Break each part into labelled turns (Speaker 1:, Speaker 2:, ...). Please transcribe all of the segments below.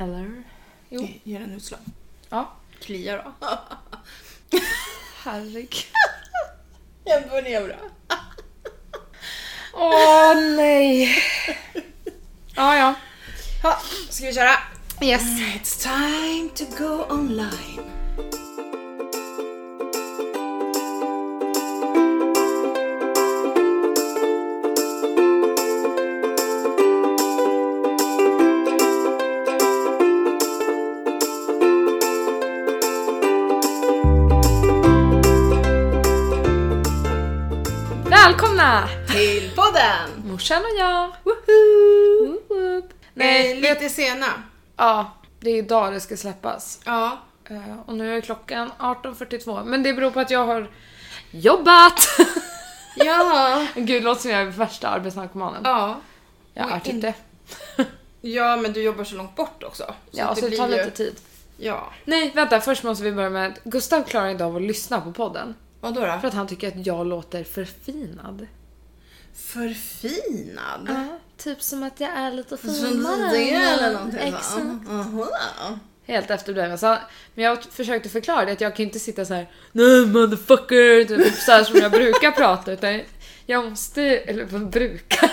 Speaker 1: Eller? Jo.
Speaker 2: Ge- Ge den utslag.
Speaker 1: Ja. Klia då. Herregud.
Speaker 2: Den börjar bra.
Speaker 1: Åh nej! Ja, ja.
Speaker 2: Ha, ska vi köra?
Speaker 1: Yes.
Speaker 2: It's time to go online.
Speaker 1: Välkomna!
Speaker 2: Till podden!
Speaker 1: Morsan och jag.
Speaker 2: Woohoo!
Speaker 1: Woop woop.
Speaker 2: Nej,
Speaker 1: Nej, vet-
Speaker 2: lite sena.
Speaker 1: ja. Det är idag det ska släppas.
Speaker 2: Ja.
Speaker 1: Eh, Och nu är klockan 18.42. Men det beror på att jag har jobbat!
Speaker 2: Ja.
Speaker 1: Gud, låter som jag är värsta arbetsnarkomanen.
Speaker 2: ja.
Speaker 1: Jag är
Speaker 2: och
Speaker 1: typ
Speaker 2: in-
Speaker 1: det.
Speaker 2: Ja, men du jobbar så långt bort också.
Speaker 1: Ja, så det tar lite tid.
Speaker 2: Ja.
Speaker 1: Nej, vänta. Först måste vi börja med att Gustav klarar inte av att lyssna på podden.
Speaker 2: Vadå då?
Speaker 1: För att han tycker att jag låter förfinad.
Speaker 2: Förfinad?
Speaker 1: typ som att jag är lite
Speaker 2: Som Lidingö eller någonting Mm. sånt. Aha.
Speaker 1: Helt efterbliven. Så, men jag försökte förklara det att jag kan inte sitta så här. Nej motherfucker! Typ så här som jag brukar prata utan jag måste, eller vad brukar?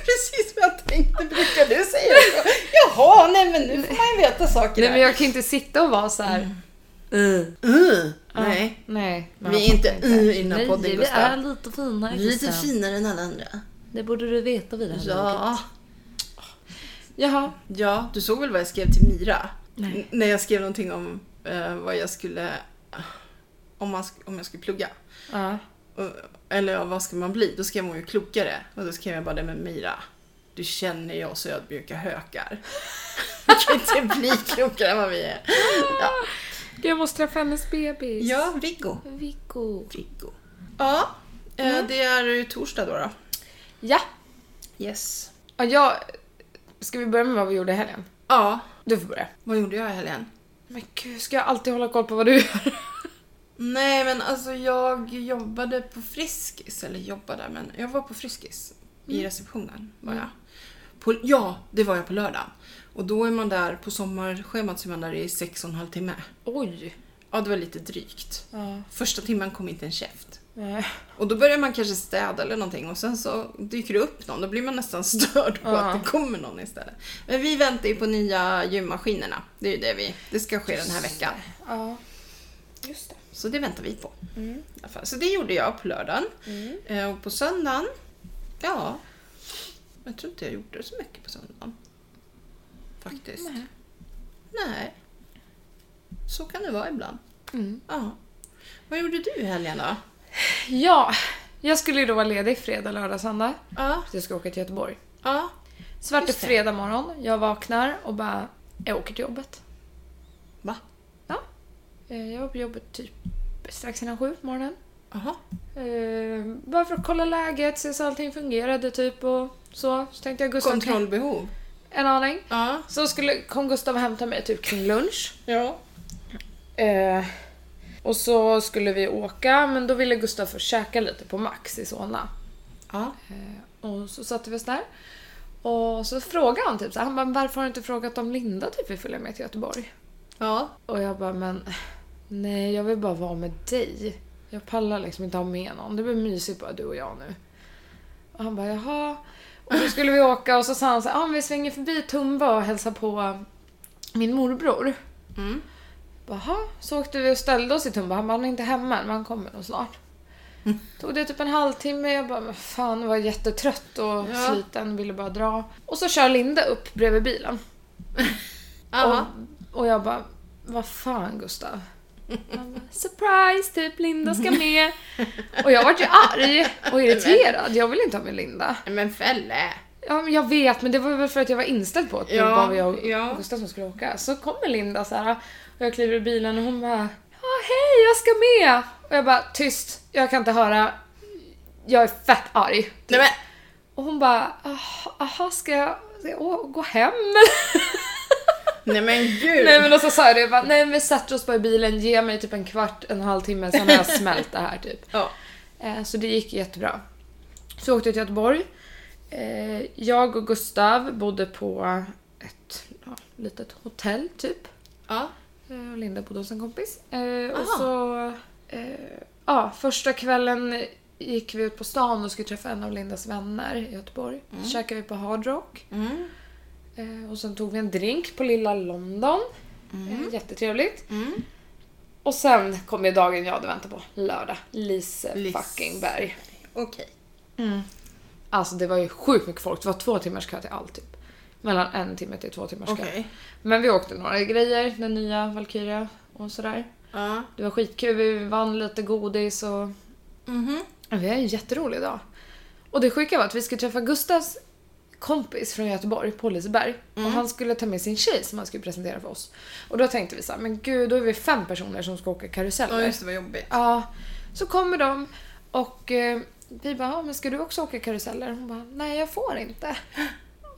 Speaker 2: Precis vad jag tänkte, brukar du säga så? Jaha, nej men nu får man ju veta saker
Speaker 1: Nej
Speaker 2: här.
Speaker 1: men jag kan inte sitta och vara så här. "Uh,
Speaker 2: Uh,
Speaker 1: ah,
Speaker 2: nej.
Speaker 1: nej. men
Speaker 2: Vi är
Speaker 1: jag
Speaker 2: inte
Speaker 1: fattar
Speaker 2: "uh" i den här
Speaker 1: Nej,
Speaker 2: podden,
Speaker 1: vi
Speaker 2: Gustav.
Speaker 1: är lite fina
Speaker 2: Vi är lite
Speaker 1: Gustav.
Speaker 2: finare än alla andra.
Speaker 1: Det borde du veta vid det här laget.
Speaker 2: Ja.
Speaker 1: Jaha.
Speaker 2: ja, du såg väl vad jag skrev till Mira?
Speaker 1: Nej.
Speaker 2: N- När jag skrev någonting om eh, vad jag skulle... Om, man, sk- om jag skulle plugga.
Speaker 1: Ja.
Speaker 2: Och- Eller ja, vad ska man bli? Då skrev hon ju klokare. Och då skrev jag bara det med Mira. Du känner ju oss ödmjuka hökar. Vi kan inte bli klokare än vad vi är. Ja,
Speaker 1: Gud, Jag måste träffa hennes bebis.
Speaker 2: ja Viggo.
Speaker 1: Viggo.
Speaker 2: Viggo. Ja, eh,
Speaker 1: Mm.
Speaker 2: det är ju torsdag då. då.
Speaker 1: Ja.
Speaker 2: Yes.
Speaker 1: Ja, jag... Ska vi börja med vad vi gjorde i helgen?
Speaker 2: Ja,
Speaker 1: Du får börja.
Speaker 2: vad gjorde jag i helgen?
Speaker 1: Men gud, ska jag alltid hålla koll på vad du gör?
Speaker 2: Nej men alltså jag jobbade på Friskis, eller jobbade, men jag var på Friskis i receptionen var jag. På, ja, det var jag på lördagen. Och då är man där, på sommarschemat så är man där i sex och en halv timme.
Speaker 1: Oj.
Speaker 2: Ja, det var lite drygt.
Speaker 1: Ja.
Speaker 2: Första timmen kom inte en käft.
Speaker 1: Nej.
Speaker 2: Och då börjar man kanske städa eller någonting och sen så dyker det upp någon. Då blir man nästan störd på
Speaker 1: Ja.
Speaker 2: att det kommer någon istället. Men vi väntar ju på nya gymmaskinerna. Det är ju det vi... Det ska ske den här veckan.
Speaker 1: Ja. Just det.
Speaker 2: Så det väntar vi på.
Speaker 1: Mm.
Speaker 2: I alla fall. Så det gjorde jag på lördagen.
Speaker 1: Mm.
Speaker 2: Eh, Och på söndagen, ja... Jag tror inte jag gjorde så mycket på söndagen. Faktiskt.
Speaker 1: Nej.
Speaker 2: Nej. Så kan det vara ibland.
Speaker 1: Mm.
Speaker 2: Ja. Vad gjorde du i helgen då?
Speaker 1: Ja. Jag skulle ju då vara ledig fredag, lördag, söndag.
Speaker 2: Ja.
Speaker 1: Jag ska åka till Göteborg.
Speaker 2: Ja.
Speaker 1: Så vart det
Speaker 2: Just det.
Speaker 1: fredag morgon. Jag vaknar och bara, jag åker till jobbet.
Speaker 2: Va?
Speaker 1: Ja. Eh, Jag var på jobbet typ strax innan sju på morgonen.
Speaker 2: Jaha.
Speaker 1: Eh, bara för att kolla läget, se så allting fungerade typ och så. Så tänkte jag Gustav...
Speaker 2: Kontrollbehov.
Speaker 1: En aning.
Speaker 2: Ja.
Speaker 1: Så skulle, kom Gustav och hämtade mig typ kring lunch.
Speaker 2: Ja.
Speaker 1: Eh, och så skulle vi åka, men då ville Gustav få käka lite på Max i Solna.
Speaker 2: Ja.
Speaker 1: Eh, och så satte vi oss där. Och så frågade han typ så här, han bara, varför har du inte frågat om Linda typ vill följa med till Göteborg?
Speaker 2: Ja.
Speaker 1: Och jag bara, men nej jag vill bara vara med dig. Jag pallar liksom inte ha med någon. Det blir mysigt bara du och jag nu. Och han bara, jaha. Och så skulle vi åka och så sa han så här, ah, men vi svänger förbi Tumba och hälsar på min morbror.
Speaker 2: Mm.
Speaker 1: Jaha, så åkte vi och ställde oss i Tumba. Han bara, han är inte hemma än, men han kommer nog snart. Tog det typ en halvtimme, jag bara, men fan var jättetrött och
Speaker 2: Ja.
Speaker 1: sliten, ville bara dra. Och så kör Linda upp bredvid bilen.
Speaker 2: Ja.
Speaker 1: Och, och jag bara, vad fan Gustav? Han bara, Surprise, typ Linda ska med. Och jag vart ju arg och irriterad. Jag vill inte ha med Linda.
Speaker 2: Men Felle.
Speaker 1: Ja, men jag vet, men det var väl för att jag var inställd på att det
Speaker 2: Ja,
Speaker 1: var jag och
Speaker 2: ja.
Speaker 1: Gustav som skulle åka. Så kommer Linda så här och jag kliver i bilen och hon bara Ja, hej, jag ska med! Och jag bara tyst, jag kan inte höra. Jag är fett arg.
Speaker 2: Nej men.
Speaker 1: Och hon bara "Ah, aha, ska jag, ska jag å- gå hem?
Speaker 2: Nej men gud.
Speaker 1: nej men och så sa jag det, jag bara, nej men vi sätter oss bara i bilen, ge mig typ en kvart, en halvtimme, sen har jag smält det här typ.
Speaker 2: Ja.
Speaker 1: Eh, Så det gick jättebra. Så åkte jag till Göteborg. Eh, Jag och Gustav bodde på ett ja, litet hotell typ.
Speaker 2: Ja.
Speaker 1: Eh, och Linda bodde hos en kompis. Eh,
Speaker 2: Aha.
Speaker 1: och så... Eh, ja, första kvällen gick vi ut på stan och skulle träffa en av Lindas vänner i Göteborg.
Speaker 2: Mm.
Speaker 1: käkade vi på Hard Rock.
Speaker 2: Mm.
Speaker 1: Eh, och sen tog vi en drink på lilla London. Eh, jättetrevligt.
Speaker 2: Mm.
Speaker 1: Och sen kom ju dagen jag hade väntat på. Lördag. Lise
Speaker 2: Lis-
Speaker 1: fucking Berg.
Speaker 2: Okej.
Speaker 1: Alltså det var ju sjukt mycket folk. Det var två timmars kö till allt typ. Mellan en timme till två timmars kö.
Speaker 2: Okej.
Speaker 1: Men vi åkte några grejer. Den nya Valkyria och sådär.
Speaker 2: Ja.
Speaker 1: Det var skitkul, vi vann lite godis och
Speaker 2: Mhm.
Speaker 1: vi hade en jätterolig dag. Och det sjuka var att vi skulle träffa Gustavs kompis från Göteborg på Liseberg
Speaker 2: Mm.
Speaker 1: och han skulle ta med sin tjej som han skulle presentera för oss. Och då tänkte vi så här, men gud då är vi fem personer som ska åka
Speaker 2: Ja,
Speaker 1: karuseller.
Speaker 2: just det, vad jobbigt.
Speaker 1: Ja, så kommer de och eh, vi bara, ja, men ska du också åka karuseller? Hon bara, nej jag får inte.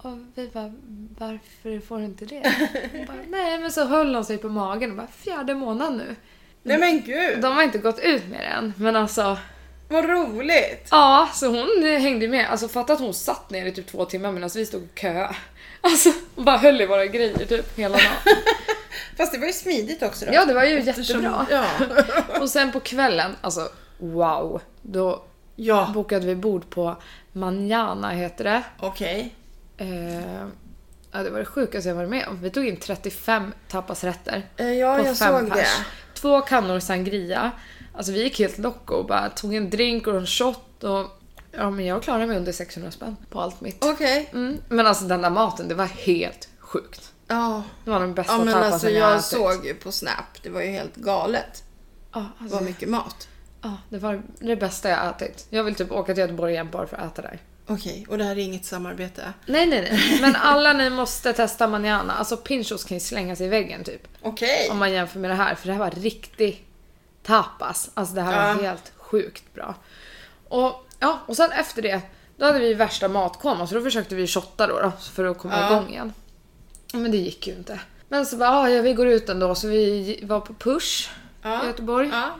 Speaker 1: Och vi bara, varför får du inte det? Hon bara, nej men så höll hon sig på magen och bara, fjärde månaden nu.
Speaker 2: Nej men gud,
Speaker 1: De har inte gått ut med det än, men alltså...
Speaker 2: vad roligt!
Speaker 1: Ja, så hon hängde med. Alltså fatta att hon satt ner i typ två timmar medan vi stod och köade. Alltså, och bara höll i våra grejer typ hela dagen.
Speaker 2: Fast det var ju smidigt också då.
Speaker 1: Ja, det var ju
Speaker 2: Eftersom-
Speaker 1: jättebra.
Speaker 2: Ja.
Speaker 1: Och sen på kvällen, alltså wow. Då
Speaker 2: ja.
Speaker 1: bokade vi bord på Manjana heter det.
Speaker 2: Okej.
Speaker 1: Eh, ja, det var det sjukaste jag varit med om. Vi tog in 35 tapasrätter.
Speaker 2: Eh, Ja,
Speaker 1: på
Speaker 2: jag
Speaker 1: fem
Speaker 2: såg
Speaker 1: pers.
Speaker 2: det.
Speaker 1: Två kannor sangria. Alltså vi gick helt loco och bara tog en drink och en shot och ja men jag klarade mig under 600 spänn på allt mitt.
Speaker 2: Okej.
Speaker 1: Mm. Men alltså den där maten, det var helt sjukt.
Speaker 2: Ja.
Speaker 1: Det var den bästa
Speaker 2: Ja men
Speaker 1: tapasen
Speaker 2: alltså
Speaker 1: jag,
Speaker 2: jag
Speaker 1: ätit.
Speaker 2: såg ju på Snap, det var ju helt galet
Speaker 1: Ja, alltså,
Speaker 2: vad mycket mat.
Speaker 1: ja, det var det bästa jag ätit. Jag vill typ åka till Göteborg igen bara för att äta där.
Speaker 2: Okej, och det här är inget samarbete?
Speaker 1: Nej nej nej, men alla ni måste testa manjana. Alltså pinchos kan ju slängas i väggen typ.
Speaker 2: Okej.
Speaker 1: Om man jämför med det här, för det här var riktig tapas. Alltså det här var
Speaker 2: Ja.
Speaker 1: helt sjukt bra. Och, ja, och sen efter det, då hade vi värsta matkoma så då försökte vi shotta då, då för att komma
Speaker 2: Ja.
Speaker 1: igång igen. Men det gick ju inte. Men så bara, "Ah, ja vi går ut ändå så vi var på Push
Speaker 2: Ja.
Speaker 1: i Göteborg.
Speaker 2: Ja.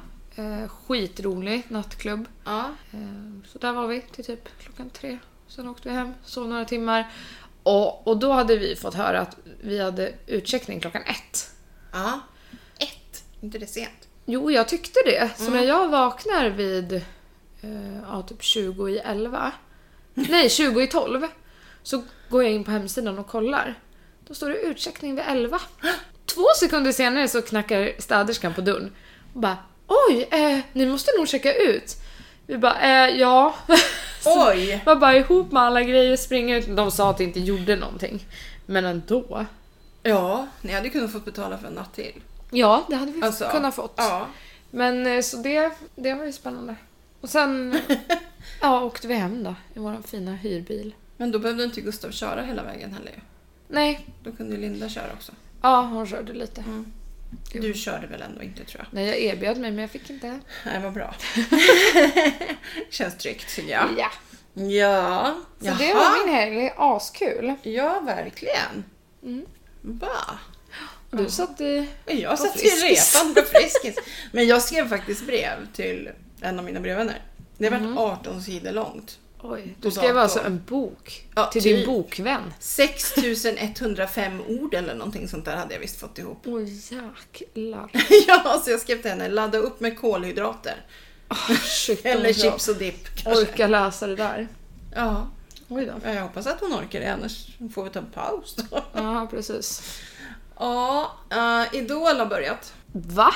Speaker 1: Eh, skitrolig nattklubb.
Speaker 2: Ja.
Speaker 1: Eh, Så där var vi till typ klockan tre. Sen åkte vi hem, sov några timmar. Och, och då hade vi fått höra att vi hade utcheckning klockan ett.
Speaker 2: Ja. Ett. Inte det sent?
Speaker 1: Jo, jag tyckte det. Så när jag vaknar vid eh, ja, typ 20 i 11, nej 20 i 12, så går jag in på hemsidan och kollar. Då står det utcheckning vid 11. Två sekunder senare så knackar städerskan på dörren och bara Oj, eh, ni måste nog checka ut. Vi bara, eh, ja. Så
Speaker 2: Oj!
Speaker 1: var bara ihop med alla grejer, springa ut. De sa att det inte gjorde någonting. Men ändå.
Speaker 2: Ja, ni hade ju kunnat fått betala för en natt till.
Speaker 1: Ja, det hade vi
Speaker 2: Alltså,
Speaker 1: kunnat fått.
Speaker 2: Ja.
Speaker 1: Men eh, så det, det var ju spännande. Och sen ja, åkte vi hem då i vår fina hyrbil.
Speaker 2: Men då behövde inte Gustav köra hela vägen heller ju.
Speaker 1: Nej,
Speaker 2: Då kunde ju Linda köra också.
Speaker 1: ja hon körde lite. Jo.
Speaker 2: Du körde väl ändå inte tror jag?
Speaker 1: Nej, jag erbjöd mig men jag fick inte.
Speaker 2: Nej, vad bra. Känns tryggt tycker jag.
Speaker 1: Ja.
Speaker 2: Ja.
Speaker 1: Så det var min helg. Askul.
Speaker 2: Ja, verkligen.
Speaker 1: Mm.
Speaker 2: Va?
Speaker 1: Du satt i...
Speaker 2: Men Jag
Speaker 1: På
Speaker 2: satt ju i
Speaker 1: Friskis.
Speaker 2: repan på Friskis. Men jag skrev faktiskt brev till en av mina brevvänner. Det var 18 sidor långt.
Speaker 1: Oj, du
Speaker 2: På
Speaker 1: skrev
Speaker 2: datorn.
Speaker 1: alltså en bok
Speaker 2: Ja,
Speaker 1: till
Speaker 2: typ.
Speaker 1: din bokvän.
Speaker 2: 6105 ord eller någonting sånt där hade jag visst fått ihop.
Speaker 1: Oj jäklar.
Speaker 2: ja, så jag skrev till henne, ladda upp med kolhydrater.
Speaker 1: Shit,
Speaker 2: Eller
Speaker 1: om
Speaker 2: chips och dipp
Speaker 1: jag
Speaker 2: kanske.
Speaker 1: orkar läsa det där.
Speaker 2: Ja,
Speaker 1: Oj då.
Speaker 2: jag hoppas att hon orkar det, annars får vi ta en paus då.
Speaker 1: Ja, precis.
Speaker 2: Ja, eh, Idol har börjat.
Speaker 1: Va?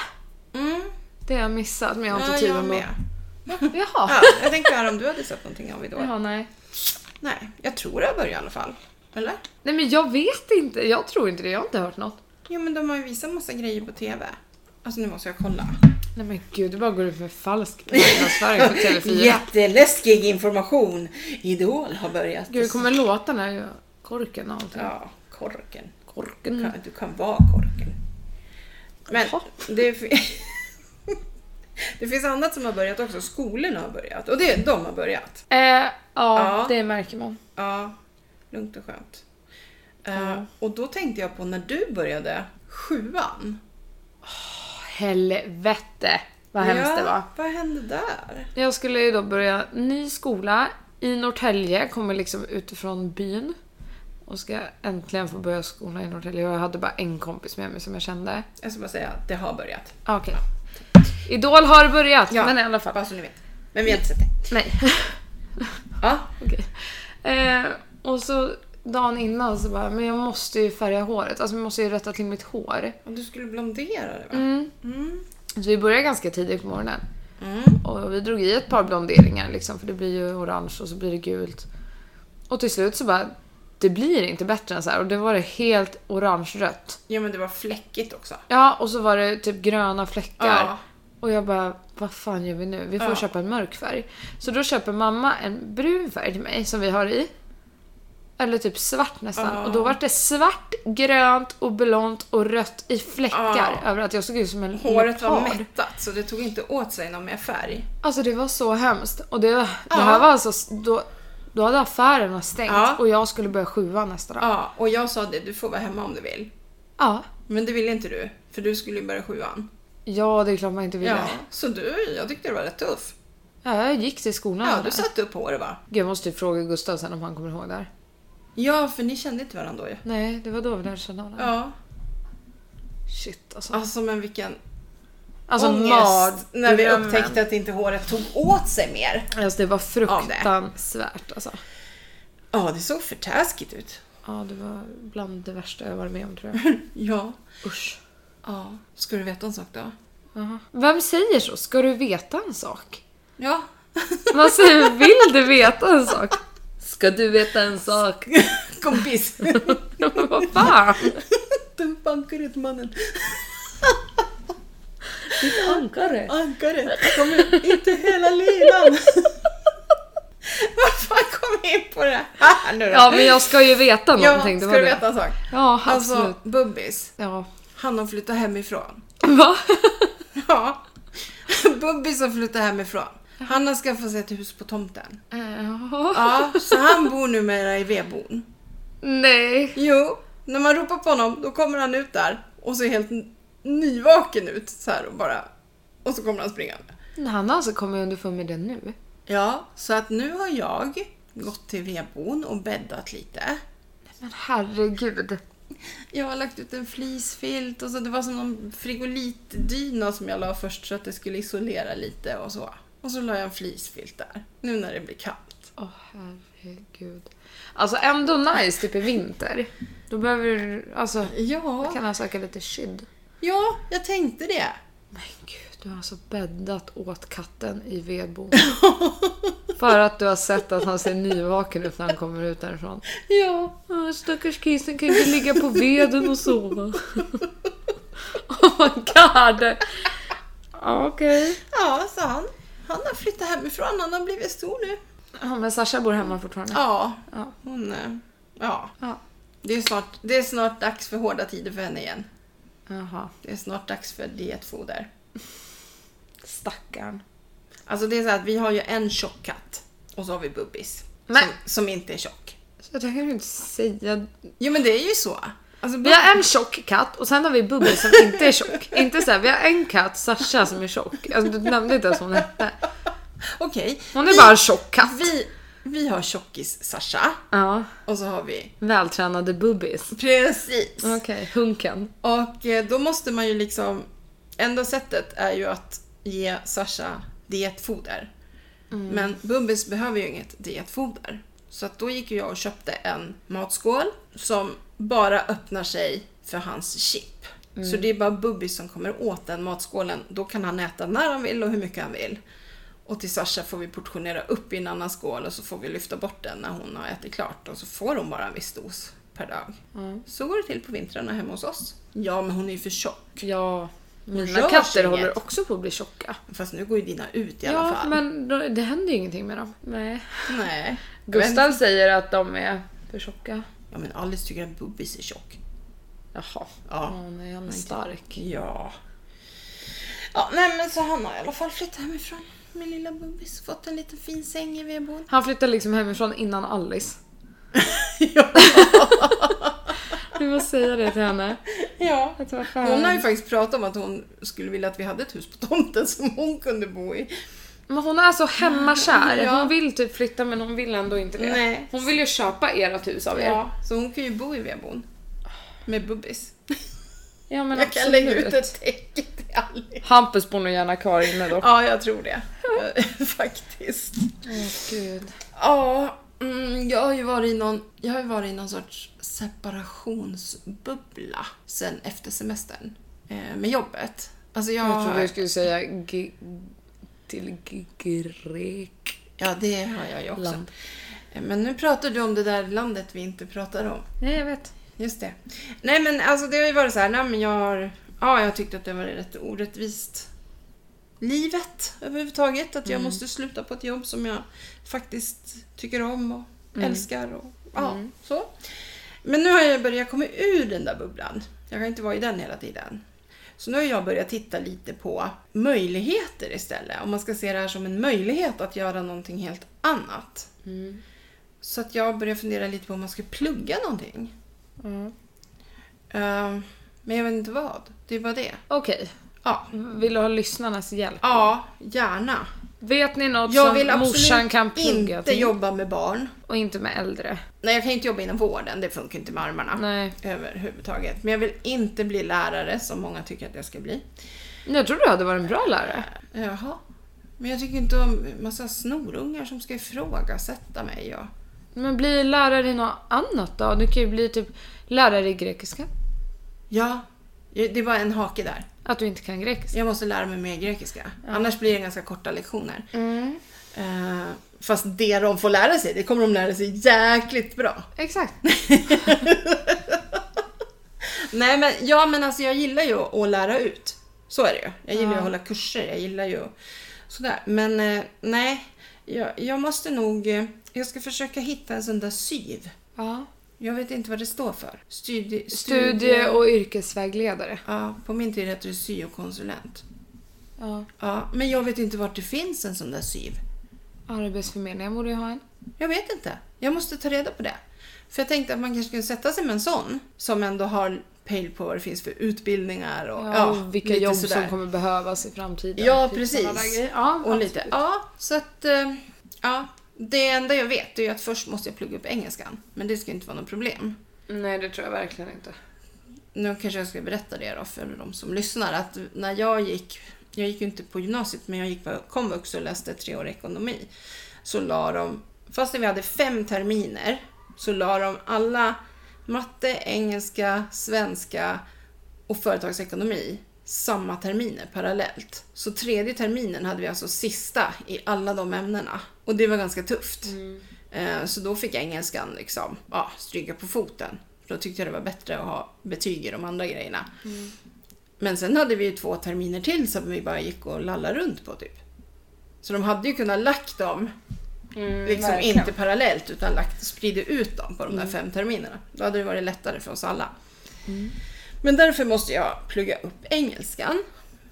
Speaker 2: Mm.
Speaker 1: Det har jag missat men jag har
Speaker 2: ja,
Speaker 1: inte tid
Speaker 2: jag
Speaker 1: ändå.
Speaker 2: med.
Speaker 1: Jaha.
Speaker 2: Ja, jag tänkte höra om du hade sett någonting av Idol.
Speaker 1: Jaha, nej.
Speaker 2: Nej, jag tror det har börjat i alla fall. Eller?
Speaker 1: Nej men jag vet inte. Jag tror inte det. Jag har inte hört något.
Speaker 2: Jo men de har ju visat massa grejer på TV. Alltså nu måste jag kolla.
Speaker 1: Nej men gud, du bara går ut med falsk marknadsföring på TV4.
Speaker 2: Jätteläskig information! Idol har börjat.
Speaker 1: Gud, det kommer låta när jag... Korken och allting.
Speaker 2: Ja, korken.
Speaker 1: Korken.
Speaker 2: Du kan, du kan vara korken. Men
Speaker 1: Jaha.
Speaker 2: det, fi- det finns annat som har börjat också. Skolorna har börjat. Och det, de har börjat.
Speaker 1: Eh, ja,
Speaker 2: Ja.
Speaker 1: det märker man.
Speaker 2: Ja, lugnt och skönt. Eh,
Speaker 1: Ja.
Speaker 2: och då tänkte jag på när du började sjuan.
Speaker 1: Helvete vad hemskt
Speaker 2: ja,
Speaker 1: det var.
Speaker 2: Vad hände där?
Speaker 1: Jag skulle ju då börja ny skola i Norrtälje. Kommer liksom utifrån byn. Och och ska äntligen få börja skolan i Norrtälje. Och Jag hade bara en kompis med mig som jag kände.
Speaker 2: Jag ska bara säga att det har börjat.
Speaker 1: Ah, Okej. Idol har börjat,
Speaker 2: Ja.
Speaker 1: men i alla fall.
Speaker 2: Bara så ni vet. Men vi har inte sett det.
Speaker 1: Nej.
Speaker 2: Ja.
Speaker 1: Okej. Eh, och så dagen innan så bara, men jag måste ju färga håret. Alltså jag måste ju rätta till mitt hår.
Speaker 2: Och du skulle blondera det va?
Speaker 1: Mm.
Speaker 2: Mm.
Speaker 1: Så vi började ganska tidigt på morgonen.
Speaker 2: Mm.
Speaker 1: Och vi drog i ett par blonderingar liksom, för det blir ju orange och så blir det gult. Och till slut så bara, det blir inte bättre än så här. Och det var det helt orange-rött.
Speaker 2: Ja men det var fläckigt också.
Speaker 1: Ja, och så var det typ gröna fläckar.
Speaker 2: Ja.
Speaker 1: Och jag bara, vad fan gör vi nu? Vi får
Speaker 2: Ja.
Speaker 1: köpa en mörk färg. Så då köper mamma en brun färg till mig som vi har i. Eller typ svart nästan.
Speaker 2: Ja.
Speaker 1: Och då var det svart, grönt och blont och rött i fläckar överallt. Jag såg ut som en
Speaker 2: Håret var
Speaker 1: leopard.
Speaker 2: mättat så det tog inte åt sig någon mer färg.
Speaker 1: Alltså det var så hemskt. Och det, det
Speaker 2: Ja.
Speaker 1: här var alltså, s- då, då hade affärerna stängt
Speaker 2: Ja.
Speaker 1: och jag skulle börja sjuan nästa dag.
Speaker 2: Ja, och jag sa det, du får vara hemma om du vill.
Speaker 1: Ja.
Speaker 2: Men det ville inte du, för du skulle ju börja sjuan.
Speaker 1: Ja, det är klart man inte ville.
Speaker 2: Ja,
Speaker 1: Ja.
Speaker 2: så du, jag tyckte du var rätt tuff.
Speaker 1: jag gick till skolan.
Speaker 2: Ja,
Speaker 1: där.
Speaker 2: du satte upp håret va?
Speaker 1: Gud, jag måste ju fråga Gustav sen om han kommer ihåg det här.
Speaker 2: Ja, för ni kände inte varandra då ju.
Speaker 1: Nej, det var då vi lärde känna varandra.
Speaker 2: Ja,
Speaker 1: Shit alltså.
Speaker 2: alltså men vilken
Speaker 1: Alltså
Speaker 2: ångest
Speaker 1: mad,
Speaker 2: när vi
Speaker 1: drömmen.
Speaker 2: upptäckte att inte håret tog åt sig mer.
Speaker 1: Alltså det var
Speaker 2: Av det.
Speaker 1: fruktansvärt alltså.
Speaker 2: Ja, det såg för taskigt ut.
Speaker 1: Ja, det var bland det värsta jag varit med om tror jag.
Speaker 2: Ja.
Speaker 1: Usch.
Speaker 2: ja. Ska du veta en sak då?
Speaker 1: Jaha. Vem säger så? Ska du veta en sak?
Speaker 2: Ja.
Speaker 1: Man säger vill du veta en sak? Ska du veta en sak?
Speaker 2: Kompis.
Speaker 1: Men Vad fan?
Speaker 2: Du ankaret mannen.
Speaker 1: Ditt ankare.
Speaker 2: Ankaret. Kom ut. Inte hela linan. Vad fan kom vi in på det här nu då?
Speaker 1: Ja, men jag ska ju veta någonting. det
Speaker 2: ska
Speaker 1: var
Speaker 2: du
Speaker 1: det.
Speaker 2: veta en sak?
Speaker 1: Ja, absolut.
Speaker 2: Alltså, Bubbis.
Speaker 1: Ja.
Speaker 2: Han har flyttat hemifrån.
Speaker 1: Va?
Speaker 2: Ja. Bubbis har flyttat hemifrån. Han har skaffat sig ett hus på tomten.
Speaker 1: Eh, Ja.
Speaker 2: Ja, så han bor numera i vedbon.
Speaker 1: Nej.
Speaker 2: Jo, när man ropar på honom då kommer han ut där och ser helt n- nyvaken ut så här och bara... Och så kommer han springande.
Speaker 1: Han har alltså kommit underfund med det nu.
Speaker 2: Ja, så att nu har jag gått till vedbon och bäddat lite.
Speaker 1: Men herregud.
Speaker 2: Jag har lagt ut en fleecefilt och så det var som någon frigolitdyna som jag la först så att det skulle isolera lite och så. Och så la jag en fleecefilt där, nu när det blir kallt.
Speaker 1: Åh herregud. Alltså ändå nice typ i vinter. Då behöver du, alltså,
Speaker 2: Ja,
Speaker 1: kan han söka lite skydd.
Speaker 2: ja, jag tänkte det.
Speaker 1: Men gud, du har alltså bäddat åt katten i vedbon. För att du har sett att han ser nyvaken ut när han kommer ut därifrån.
Speaker 2: Ja,
Speaker 1: Åh, stackars kissen kan inte ligga på veden och sova. oh my god! Ja, Okej.
Speaker 2: ja, sa han. Han har flyttat hemifrån, han har blivit stor nu.
Speaker 1: Ja, men Sasha bor hemma fortfarande.
Speaker 2: Ja,
Speaker 1: Ja.
Speaker 2: hon... eh, Ja.
Speaker 1: Ja.
Speaker 2: Det, är snart, det är snart dags för hårda tider för henne igen.
Speaker 1: Jaha.
Speaker 2: Det är snart dags för dietfoder.
Speaker 1: Stackarn.
Speaker 2: Alltså det är så här att vi har ju en tjock katt och så har vi Bubbis.
Speaker 1: Men-
Speaker 2: Som, som inte är tjock.
Speaker 1: Så det kan du inte säga.
Speaker 2: Jo men det är ju så. Alltså,
Speaker 1: Vi har en tjock katt och sen har vi Bubbi som inte är tjock. inte så här, vi har en katt, Sasha, som är tjock. Alltså, du nämnde inte ens vad hon hette.
Speaker 2: Okej.
Speaker 1: Hon är
Speaker 2: vi,
Speaker 1: bara en tjock katt.
Speaker 2: Vi, vi har tjockis-Sasha
Speaker 1: Ja,
Speaker 2: och så har vi...
Speaker 1: vältränade bubbis.
Speaker 2: Precis.
Speaker 1: Okej, hunken.
Speaker 2: Och eh, då måste man ju liksom... Enda sättet är ju att ge Sasha dietfoder.
Speaker 1: Mm.
Speaker 2: Men Bubbis behöver ju inget dietfoder. Så att då gick ju jag och köpte en matskål som bara öppnar sig för hans chip. Så
Speaker 1: Mm.
Speaker 2: det är bara Bubbis som kommer åt den matskålen. Då kan han äta när han vill och hur mycket han vill. Och till Sasha får vi portionera upp i en annan skål och så får vi lyfta bort den när hon har ätit klart. Och så får hon bara en viss dos per dag. Så går det till på vintrarna hemma hos oss. Ja, men hon är ju för tjock.
Speaker 1: Ja, mina
Speaker 2: rör
Speaker 1: katter
Speaker 2: sig
Speaker 1: håller
Speaker 2: inget.
Speaker 1: också på att bli tjocka.
Speaker 2: Fast nu går ju dina ut i alla
Speaker 1: Ja,
Speaker 2: fall.
Speaker 1: men då, det händer ju ingenting med dem. Nej.
Speaker 2: Nej.
Speaker 1: Gustav säger att de är för tjocka.
Speaker 2: Ja, men Alice tycker att Bubbis är tjock.
Speaker 1: Jaha.
Speaker 2: Ja.
Speaker 1: Hon är han är stark.
Speaker 2: Ja. Ja, nej men så han har i alla fall flyttat hemifrån. Min lilla Bubbis. Fått en liten fin säng i vedboden.
Speaker 1: Han flyttade liksom hemifrån innan Alice.
Speaker 2: ja.
Speaker 1: Du måste säga det till henne.
Speaker 2: ja.
Speaker 1: Att det var skönt.
Speaker 2: Hon har ju faktiskt pratat om att hon skulle vilja att vi hade ett hus på tomten som hon kunde bo i.
Speaker 1: Men hon är så hemmakär.
Speaker 2: Ja.
Speaker 1: Hon vill typ flytta men hon vill ändå inte det.
Speaker 2: Nej.
Speaker 1: Hon vill ju köpa ert hus av er.
Speaker 2: Ja, så hon kan ju bo i vedboden. Med bubbis.
Speaker 1: Ja, men
Speaker 2: Jag kan
Speaker 1: absolut.
Speaker 2: lägga ut ett täcke till Alice.
Speaker 1: Hampus bor nog gärna kvar inne då.
Speaker 2: Ja, jag tror det. Faktiskt.
Speaker 1: Åh gud.
Speaker 2: Ja, mm, jag har ju varit i någon, jag har ju varit i någon sorts separationsbubbla sen efter semestern eh, med jobbet. Alltså jag,
Speaker 1: Jag trodde jag skulle säga g- till g- grek.
Speaker 2: Ja, det har jag ju också.
Speaker 1: Land.
Speaker 2: Eh, Men nu pratar du om det där landet vi inte pratar om.
Speaker 1: Nej, jag vet.
Speaker 2: Just det. Nej men alltså det har ju varit så här, nej men jag har... Ja, jag tyckte att det var rätt orättvist. Livet överhuvudtaget. Att jag måste sluta på ett jobb som jag faktiskt tycker om och älskar och ja, så. Men nu har jag börjat komma ur den där bubblan. Jag kan inte vara i den hela tiden. Så nu har jag börjat titta lite på möjligheter istället. Om man ska se det här som en möjlighet att göra någonting helt annat.
Speaker 1: Mm.
Speaker 2: Så att jag börjar fundera lite på om man ska plugga någonting.
Speaker 1: Mm.
Speaker 2: Eh, men jag vet inte vad. Det är bara det.
Speaker 1: Okej,
Speaker 2: Ja,
Speaker 1: vill du ha lyssnarnas hjälp?
Speaker 2: ja gärna.
Speaker 1: Vet ni något
Speaker 2: Jag
Speaker 1: som
Speaker 2: vill
Speaker 1: morsan
Speaker 2: absolut
Speaker 1: kan plugga
Speaker 2: inte
Speaker 1: till?
Speaker 2: jobba med barn.
Speaker 1: Och inte med äldre.
Speaker 2: Nej, jag kan inte jobba inom vården. Det funkar inte med armarna.
Speaker 1: Nej.
Speaker 2: Överhuvudtaget. Men jag vill inte bli lärare som många tycker att jag ska bli. Eh,
Speaker 1: Men Jag tror du hade varit en bra lärare.
Speaker 2: Jaha. Men jag tycker inte om massa snorungar som ska ifrågasätta mig. Och...
Speaker 1: Men bli lärare i något annat då? Du kan ju bli typ lärare i grekiska.
Speaker 2: Ja, det är bara en hake där.
Speaker 1: Att du inte kan grekiska.
Speaker 2: Jag måste lära mig mer grekiska. Annars blir det ganska korta lektioner. Eh, fast det de får lära sig, det kommer de lära sig jäkligt bra.
Speaker 1: Exakt.
Speaker 2: Nej men, ja men alltså jag gillar ju att lära ut. Så är det ju. Jag gillar ju att hålla kurser, jag gillar ju att- sådär. Men eh, nej, jag, jag måste nog, eh, jag ska försöka hitta en sån där SYV.
Speaker 1: Ja.
Speaker 2: Jag vet inte vad det står för. Studie...
Speaker 1: Studie och yrkesvägledare.
Speaker 2: Ja, på min tid heter det syokonsulent.
Speaker 1: Ja.
Speaker 2: Ja, men jag vet inte vart det finns en sån där SYV.
Speaker 1: Arbetsförmedlingen borde ju ha en.
Speaker 2: Jag vet inte. Jag måste ta reda på det. För jag tänkte att man kanske skulle sätta sig med en sån som ändå har pejl på vad det finns för utbildningar och
Speaker 1: Ja,
Speaker 2: ja,
Speaker 1: och vilka
Speaker 2: lite
Speaker 1: jobb
Speaker 2: sådär.
Speaker 1: som kommer behövas i framtiden.
Speaker 2: Ja,
Speaker 1: Typ sådana där
Speaker 2: precis.
Speaker 1: grejer. Ja,
Speaker 2: och lite, ja, så att... eh, Ja, det enda jag vet är ju att först måste jag plugga upp engelskan. Men det ska inte vara något problem.
Speaker 1: Nej, det tror jag verkligen inte.
Speaker 2: Nu kanske jag ska berätta det då för de som lyssnar. Att när jag gick, jag gick ju inte på gymnasiet, men jag gick på komvux och läste tre år ekonomi. Så la de, fastän vi hade fem terminer, så la de alla matte, engelska, svenska och företagsekonomi samma terminer parallellt. Så tredje terminen hade vi alltså sista i alla de ämnena. Och det var ganska tufft.
Speaker 1: Mm,
Speaker 2: Eh, Så då fick jag engelskan liksom, ja, stryka på foten. För då tyckte jag det var bättre att ha betyg i de andra grejerna. Men sen hade vi ju två terminer till som vi bara gick och lallade runt på typ. Så de hade ju kunnat lagt dem, liksom
Speaker 1: verkligen.
Speaker 2: inte parallellt, utan lagt, spridit ut dem på de där fem terminerna. Då hade det varit lättare för oss alla. Men därför måste jag plugga upp engelskan.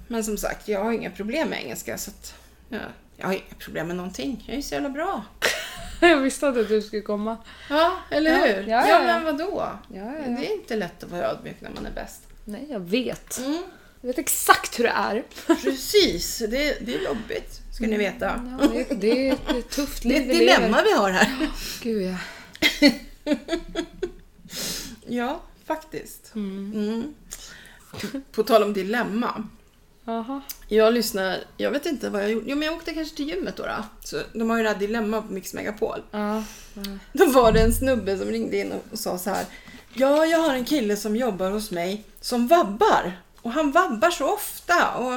Speaker 2: Men som sagt, jag har inga problem med engelska så att... Ja, jag har inga problem med någonting. Jag är ju så jävla bra.
Speaker 1: Jag visste att du skulle komma.
Speaker 2: Ja, eller
Speaker 1: Ja,
Speaker 2: hur?
Speaker 1: ja, ja,
Speaker 2: Ja,
Speaker 1: ja.
Speaker 2: men vadå?
Speaker 1: Ja, ja,
Speaker 2: Det är inte lätt att vara ödmjuk när man är bäst.
Speaker 1: Nej, jag vet.
Speaker 2: Mm,
Speaker 1: Jag vet exakt hur det är.
Speaker 2: precis, det, det är jobbigt ska ni veta.
Speaker 1: Ja, det, är- det är ett- det är ett tufft
Speaker 2: Det är
Speaker 1: liv
Speaker 2: ett
Speaker 1: Mm. vi lever.
Speaker 2: dilemma vi har här.
Speaker 1: Gud ja.
Speaker 2: Ja, faktiskt. Mm. På tal om dilemma.
Speaker 1: Jaha.
Speaker 2: Jag lyssnar, jag vet inte vad jag gjorde. Jo men jag åkte kanske till gymmet då. då. Så de har ju det här dilemma på Mix Megapol.
Speaker 1: Ja.
Speaker 2: Då var det en snubbe som ringde in och sa så här. Ja, jag har en kille som jobbar hos mig som vabbar. Och han vabbar så ofta. Och,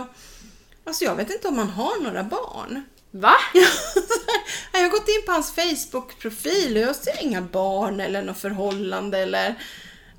Speaker 2: alltså jag vet inte om han har några barn.
Speaker 1: Va?
Speaker 2: Ja, så här, Jag har gått in på hans Facebook-profil och jag ser inga barn eller något förhållande eller...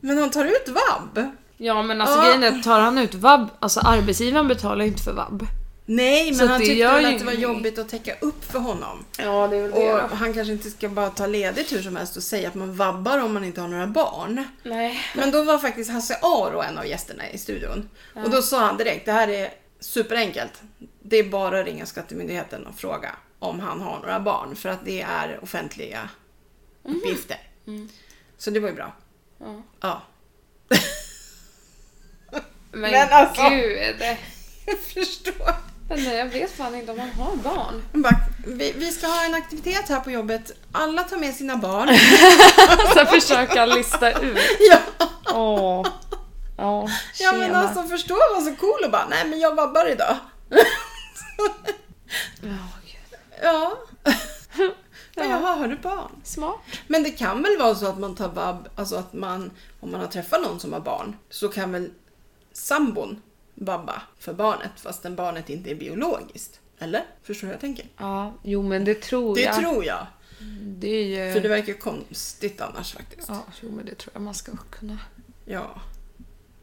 Speaker 2: Men han tar ut vabb.
Speaker 1: Ja men alltså
Speaker 2: Ja.
Speaker 1: grejen är, tar han ut vab, alltså arbetsgivaren betalar ju inte för vab.
Speaker 2: Nej, men
Speaker 1: Så
Speaker 2: han
Speaker 1: det
Speaker 2: tyckte
Speaker 1: gör
Speaker 2: väl
Speaker 1: ju
Speaker 2: att det var
Speaker 1: ingenting.
Speaker 2: jobbigt att täcka upp för honom.
Speaker 1: Ja det är väl
Speaker 2: Och han kanske inte ska bara ta ledigt hur som helst och säga att man vabbar om man inte har några barn.
Speaker 1: Nej.
Speaker 2: Men då var faktiskt Hasse Aro en av gästerna i studion. Och då sa han direkt, det här är superenkelt. Det är bara att ringa Skattemyndigheten och fråga om han har några barn. För att det är offentliga uppgifter. Så det var ju bra.
Speaker 1: Mhm. Mm. Ja.
Speaker 2: Ja.
Speaker 1: Men,
Speaker 2: Men alltså-
Speaker 1: gud.
Speaker 2: Jag förstår.
Speaker 1: Men nej, jag vet fan inte om han har barn.
Speaker 2: Hon bara, vi, vi ska ha en aktivitet här på jobbet. Alla tar med sina barn.
Speaker 1: Så försöka Alltså, lista ut.
Speaker 2: ja,
Speaker 1: Åh. Ja,
Speaker 2: ja
Speaker 1: tjena.
Speaker 2: men alltså förstå vad så cool och bara, nej men jag vabbar idag.
Speaker 1: Ja, gud.
Speaker 2: ja.
Speaker 1: Ja.
Speaker 2: Men jaha, har du barn?
Speaker 1: Smart.
Speaker 2: Men det kan väl vara så att man tar vabb, alltså att man, om man har träffat någon som har barn, så kan väl sambon vabba för barnet fastän barnet inte är biologiskt? Eller? Förstår du hur jag tänker?
Speaker 1: Ja, jo men det tror
Speaker 2: Det
Speaker 1: jag.
Speaker 2: tror jag.
Speaker 1: Det är ju...
Speaker 2: För det verkar ju konstigt annars faktiskt.
Speaker 1: Ja, jo men det tror jag. Man ska kunna.
Speaker 2: Ja.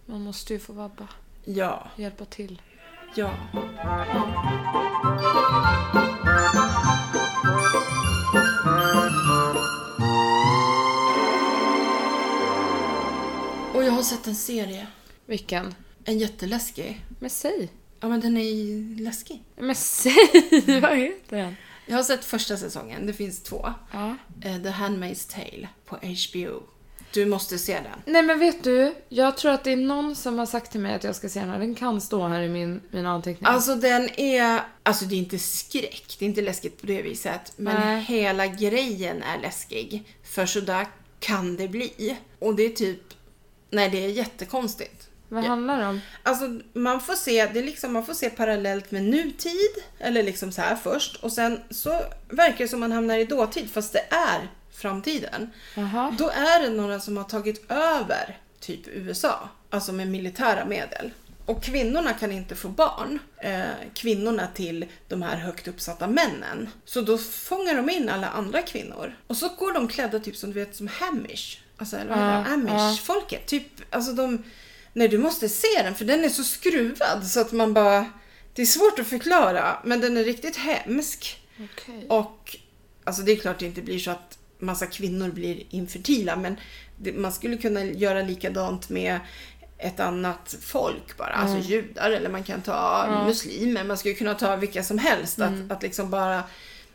Speaker 1: Man måste ju få vabba.
Speaker 2: Ja.
Speaker 1: Hjälpa till.
Speaker 2: Ja. Och jag har sett en serie.
Speaker 1: Vilken?
Speaker 2: En jätteläskig.
Speaker 1: Men säg.
Speaker 2: Ja men den är ju läskig.
Speaker 1: Men säg! Vad heter den?
Speaker 2: Jag har sett första säsongen, det finns två.
Speaker 1: Ja.
Speaker 2: Eh, The Handmaid's Tale på HBO. Du måste se den.
Speaker 1: Nej men vet du? Jag tror att det är någon som har sagt till mig att jag ska se den här. Den kan stå här i min, mina anteckningar.
Speaker 2: Alltså den är, alltså det är inte skräck, det är inte läskigt på det viset. Men
Speaker 1: Nej.
Speaker 2: hela grejen är läskig. För sådär kan det bli. Och det är typ, nej det är jättekonstigt.
Speaker 1: Vad handlar det om?
Speaker 2: Alltså man får se, det är liksom, man får se parallellt med nutid, eller liksom så här först. Och sen så verkar det som man hamnar i dåtid fast det är framtiden.
Speaker 1: Jaha.
Speaker 2: Då är det några som har tagit över typ USA, alltså med militära medel. Och kvinnorna kan inte få barn, eh, kvinnorna till de här högt uppsatta männen. Så då fångar de in alla andra kvinnor. Och så går de klädda typ som du vet som Hamish, alltså eller vad heter det?
Speaker 1: Ja, ja.
Speaker 2: Amish-folket. Typ, alltså de... Nej, du måste se den för den är så skruvad så att man bara... Det är svårt att förklara, men den är riktigt hemsk.
Speaker 1: Okej.
Speaker 2: Och alltså det är klart det inte blir så att massa kvinnor blir infertila men det, man skulle kunna göra likadant med ett annat folk bara, alltså judar eller man kan ta muslimer, man skulle kunna ta vilka som helst. Att, att liksom bara,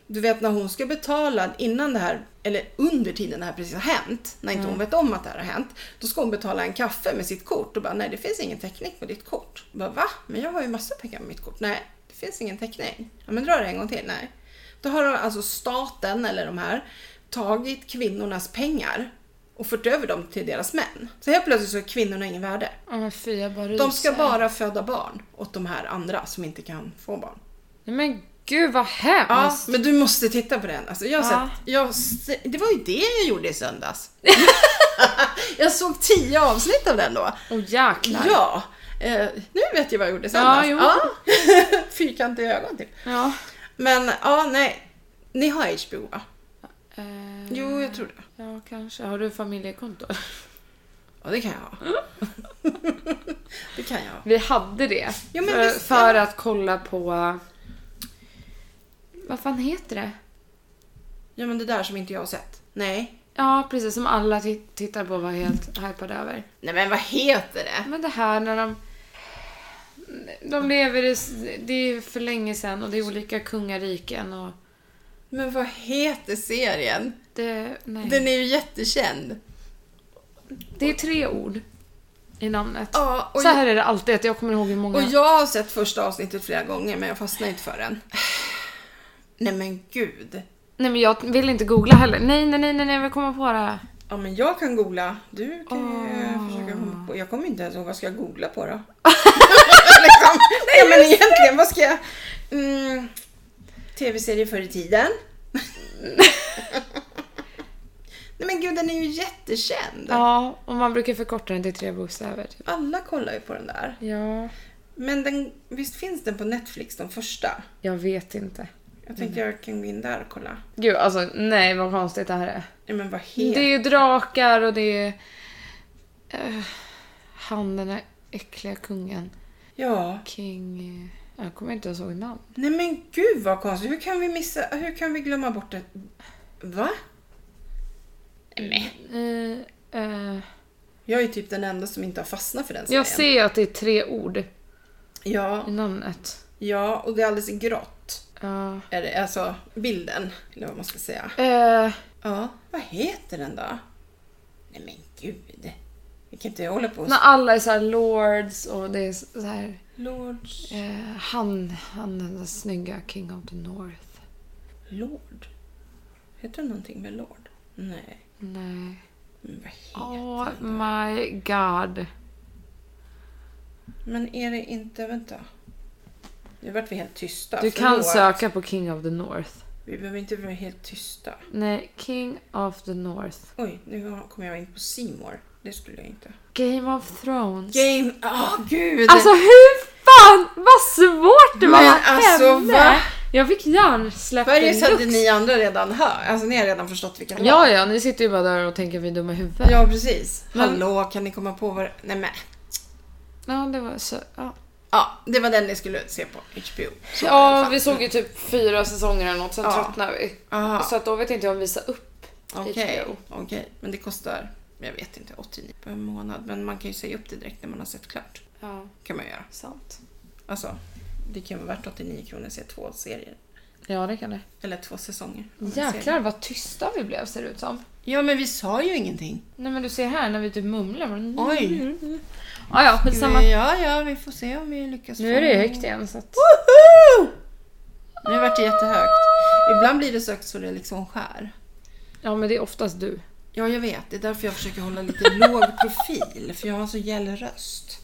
Speaker 2: du vet när hon ska betala innan det här, eller under tiden det här precis har hänt, när inte hon vet om att det här har hänt, då ska hon betala en kaffe med sitt kort och bara nej det finns ingen täckning på ditt kort. Jag Bara, Va? Men jag har ju massa pengar med mitt kort. Nej, det finns ingen täckning. Ja men dra det en gång till. Nej. Då har alltså staten, eller de här, tagit kvinnornas pengar och fört över dem till deras män. Så helt plötsligt så är kvinnorna ingen värde.
Speaker 1: Ja men fy, jag bara
Speaker 2: De ska
Speaker 1: ryser.
Speaker 2: bara föda barn åt de här andra som inte kan få barn.
Speaker 1: Nej men gud vad
Speaker 2: Ja,
Speaker 1: hemskt!
Speaker 2: men du måste titta på den. Alltså, jag har
Speaker 1: Ja.
Speaker 2: sett, jag, se- det var ju det jag gjorde i söndags. jag såg tio avsnitt av den då.
Speaker 1: Åh jäklar.
Speaker 2: Ja, eh, nu vet jag vad jag gjorde i söndags.
Speaker 1: Ja, jo.
Speaker 2: Fyrkantiga ögon typ.
Speaker 1: Ja.
Speaker 2: Men ja, nej. Ni har HBO va?
Speaker 1: Eh,
Speaker 2: Jo, jag tror det.
Speaker 1: Ja, kanske. Har du familjekonto?
Speaker 2: Ja, det kan jag ha. det kan jag ha.
Speaker 1: Vi hade det.
Speaker 2: Jo, men
Speaker 1: för,
Speaker 2: visst,
Speaker 1: för
Speaker 2: ja.
Speaker 1: att kolla på... Vad fan heter det?
Speaker 2: Ja, men det där som inte jag har sett. Nej.
Speaker 1: Ja, precis. Som alla ti- tittar på och var helt hypade över.
Speaker 2: Nej, men vad heter det?
Speaker 1: Men det här när de... De lever i... s- Det är för länge sedan och det är olika kungariken och...
Speaker 2: Men vad heter serien?
Speaker 1: Det, nej.
Speaker 2: Den är ju jättekänd.
Speaker 1: det är tre ord i namnet.
Speaker 2: Ja, och
Speaker 1: Så här är det alltid, att jag kommer ihåg hur många...
Speaker 2: Och jag har sett första avsnittet flera gånger, men jag fastnar inte för den. Nej, men gud.
Speaker 1: Nej men jag vill inte googla heller. Nej, nej, nej, nej, nej, jag vill komma på det.
Speaker 2: Ja, men jag kan googla. Du kan ju eh,
Speaker 1: Åh.
Speaker 2: försöka komma på. Jag kommer inte ens ihåg vad ska jag googla på då. liksom. Nej, men egentligen, vad ska jag... Mm, Tv-serier förr i tiden. Nej men gud, den är ju jättekänd.
Speaker 1: Ja, och man brukar förkorta den till tre bokstäver. Typ.
Speaker 2: Alla kollar ju på den där.
Speaker 1: Ja,
Speaker 2: Men den, visst finns den på Netflix, den första?
Speaker 1: jag vet inte.
Speaker 2: Jag tänkte jag kan gå in där och kolla.
Speaker 1: Gud, alltså nej vad konstigt det här är.
Speaker 2: Nej men vad heter
Speaker 1: Det är drakar och det är... eh, han den där äckliga kungen.
Speaker 2: Ja.
Speaker 1: King... eh, Jag kommer inte ens ihåg namn.
Speaker 2: Nej men gud vad konstigt. Hur kan vi missa, hur kan vi glömma bort det? Va? Nej.
Speaker 1: Eh, eh,
Speaker 2: Jag är typ den enda som inte har fastnat för den serien.
Speaker 1: jag ser att det är tre ord i
Speaker 2: Ja,
Speaker 1: namnet.
Speaker 2: ja, och det är alldeles grått.
Speaker 1: Ja.
Speaker 2: Är det, alltså bilden, eller vad man ska säga.
Speaker 1: Eh,
Speaker 2: Ja. Vad heter den då? Nej men gud. Vi kan inte hålla på och...
Speaker 1: när alla är så här lords och det är så här...
Speaker 2: Lords...
Speaker 1: Eh, han, han den där snygga King of the North.
Speaker 2: Lord? Heter det någonting med Lord? Nej.
Speaker 1: Nej.
Speaker 2: Men vad heter
Speaker 1: Oh
Speaker 2: det?
Speaker 1: my god.
Speaker 2: Men är det inte... Vänta. Nu vart vi helt tysta.
Speaker 1: Du
Speaker 2: Förlåt.
Speaker 1: kan söka på King of the North.
Speaker 2: Vi behöver inte vara helt tysta.
Speaker 1: Nej, King of the North.
Speaker 2: Oj, nu kom jag in på Simor. Det skulle jag inte.
Speaker 1: Game of Thrones.
Speaker 2: Game... Åh gud!
Speaker 1: Alltså hur fan vad svårt det var
Speaker 2: Men
Speaker 1: att
Speaker 2: alltså,
Speaker 1: henne.
Speaker 2: va?
Speaker 1: Jag fick hjärnsläpp
Speaker 2: Bergis hade
Speaker 1: deluxe.
Speaker 2: ni andra redan hört. Alltså ni har redan förstått vilka det var.
Speaker 1: Ja, ja, ni sitter ju bara där och tänker vi är dumma i huvudet. Ja.
Speaker 2: Ja, precis.
Speaker 1: Men-
Speaker 2: Hallå, kan ni komma på vad... Nej men.
Speaker 1: det var så... Ja,
Speaker 2: Ja, det var den ni skulle se på HBO. Så var det i alla
Speaker 1: ja
Speaker 2: fall.
Speaker 1: vi såg ju typ fyra säsonger eller något, sen
Speaker 2: Ja.
Speaker 1: tröttnade vi.
Speaker 2: Aha.
Speaker 1: Så att då vet inte jag om visa upp.
Speaker 2: Okej,
Speaker 1: HBO.
Speaker 2: okej. Men det kostar, jag vet inte, 89 per månad. Men man kan ju säga upp det direkt när man har sett klart.
Speaker 1: Ja,
Speaker 2: kan man göra.
Speaker 1: sant.
Speaker 2: Alltså, det kan vara värt 89 kronor att se två serier.
Speaker 1: Ja, det kan det.
Speaker 2: Eller två säsonger. av en serie.
Speaker 1: Jäklar vad tysta vi blev ser det ut som.
Speaker 2: Ja, men vi sa ju ingenting.
Speaker 1: Nej men du ser här när vi typ mumlar. Men...
Speaker 2: Oj.
Speaker 1: Ja, ja, skitsamma.
Speaker 2: Ja, ja, vi får se om vi lyckas
Speaker 1: Nu är
Speaker 2: få-
Speaker 1: det ju högt igen så att...
Speaker 2: Woho! Nu vart det jättehögt. Ibland blir det så högt så det liksom skär.
Speaker 1: Ja, men det är oftast du.
Speaker 2: Ja, jag vet. Det är därför jag försöker hålla lite låg profil. För jag har så gäll röst.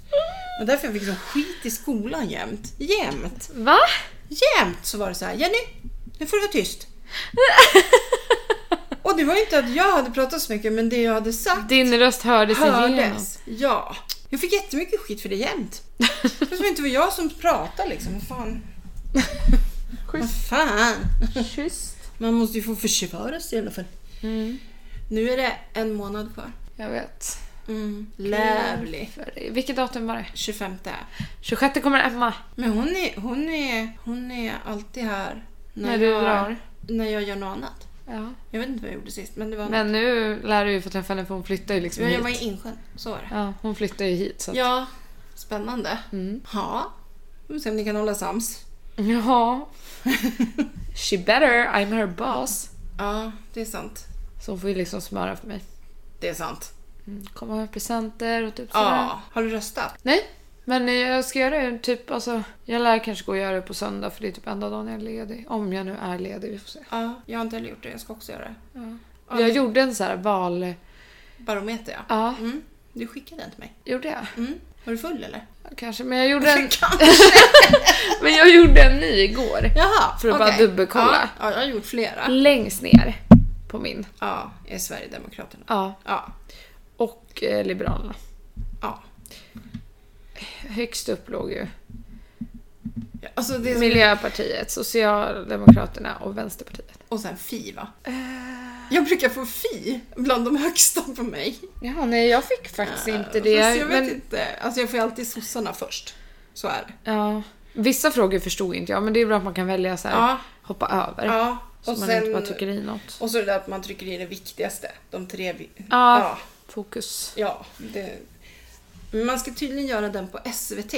Speaker 2: Och därför jag fick liksom skit i skolan jämt. Jämt!
Speaker 1: Va?
Speaker 2: Jämt så var det så här, Jenny, nu får du vara tyst. Och det var inte att jag hade pratat så mycket, men det jag hade sagt
Speaker 1: Din röst hördes, igenom.
Speaker 2: hördes. Ja. Jag fick jättemycket skit för det jämt. Det som inte var jag som pratade liksom. Vad fan. Vad fan.
Speaker 1: Schysst.
Speaker 2: Man måste ju få försvara sig i alla fall.
Speaker 1: Mm.
Speaker 2: Nu är det en månad kvar.
Speaker 1: Jag vet.
Speaker 2: Mm. Lävlig.
Speaker 1: För- Vilket datum var det?
Speaker 2: 25.
Speaker 1: 26 kommer Emma.
Speaker 2: Men hon är, hon är, hon är alltid här när,
Speaker 1: När du
Speaker 2: jag,
Speaker 1: drar.
Speaker 2: när jag gör något annat.
Speaker 1: Ja.
Speaker 2: Jag vet inte vad jag gjorde sist, men det var
Speaker 1: Men nu lär du ju få träffa henne för hon flyttar ju liksom
Speaker 2: Ja, jag var
Speaker 1: hit.
Speaker 2: i Insjön. Så var det.
Speaker 1: Ja, hon flyttar ju hit så att...
Speaker 2: Ja, spännande.
Speaker 1: Mm.
Speaker 2: Ja, vi får se om ni kan hålla sams.
Speaker 1: Ja. She better, I'm her boss.
Speaker 2: Ja, det är sant.
Speaker 1: Så hon får ju liksom smöra för mig.
Speaker 2: Det är sant.
Speaker 1: Mm. Komma med presenter och typ sådär.
Speaker 2: Ja. Har du röstat?
Speaker 1: Nej, men jag ska göra det typ alltså. Jag lär kanske gå och göra det på söndag för det är typ enda dagen jag är ledig. Om jag nu är ledig, vi får se.
Speaker 2: Ja, jag har inte heller gjort det. Jag ska också göra det.
Speaker 1: Ja.
Speaker 2: Ja,
Speaker 1: Jag
Speaker 2: det-
Speaker 1: gjorde en så här val...
Speaker 2: Barometer, ja.
Speaker 1: Ja,
Speaker 2: Mm. Du skickade den till mig.
Speaker 1: gjorde jag?
Speaker 2: Mm. Var du full eller?
Speaker 1: Kanske, men jag gjorde en,
Speaker 2: Kanske.
Speaker 1: men jag gjorde en ny igår.
Speaker 2: Jaha,
Speaker 1: För att
Speaker 2: okej.
Speaker 1: bara dubbelkolla. Mm.
Speaker 2: Ja, ja, jag har gjort flera.
Speaker 1: Längst ner på min.
Speaker 2: Ja, är Sverigedemokraterna.
Speaker 1: Ja.
Speaker 2: Ja.
Speaker 1: Och eh, Liberalerna.
Speaker 2: ja.
Speaker 1: Högst upp låg ju
Speaker 2: ja. Alltså, det är så...
Speaker 1: Miljöpartiet, Socialdemokraterna och Vänsterpartiet.
Speaker 2: Och sen Fi, va?
Speaker 1: Eh.
Speaker 2: Jag brukar få Fi bland de högsta på mig.
Speaker 1: Jaha, nej jag fick faktiskt inte det.
Speaker 2: Fast jag vet
Speaker 1: men,
Speaker 2: inte. Alltså jag får ju alltid sossarna först. Så är det.
Speaker 1: ja, vissa frågor förstod inte jag, men det är bra att man kan välja så här,
Speaker 2: Ja.
Speaker 1: hoppa över.
Speaker 2: Ja.
Speaker 1: Så
Speaker 2: Och
Speaker 1: man
Speaker 2: sen...
Speaker 1: inte bara trycker i något.
Speaker 2: Och så det där att man trycker i det viktigaste. De tre... vi-
Speaker 1: Ja.
Speaker 2: Ja.
Speaker 1: Fokus.
Speaker 2: ja det... Men man ska tydligen göra den på SVT.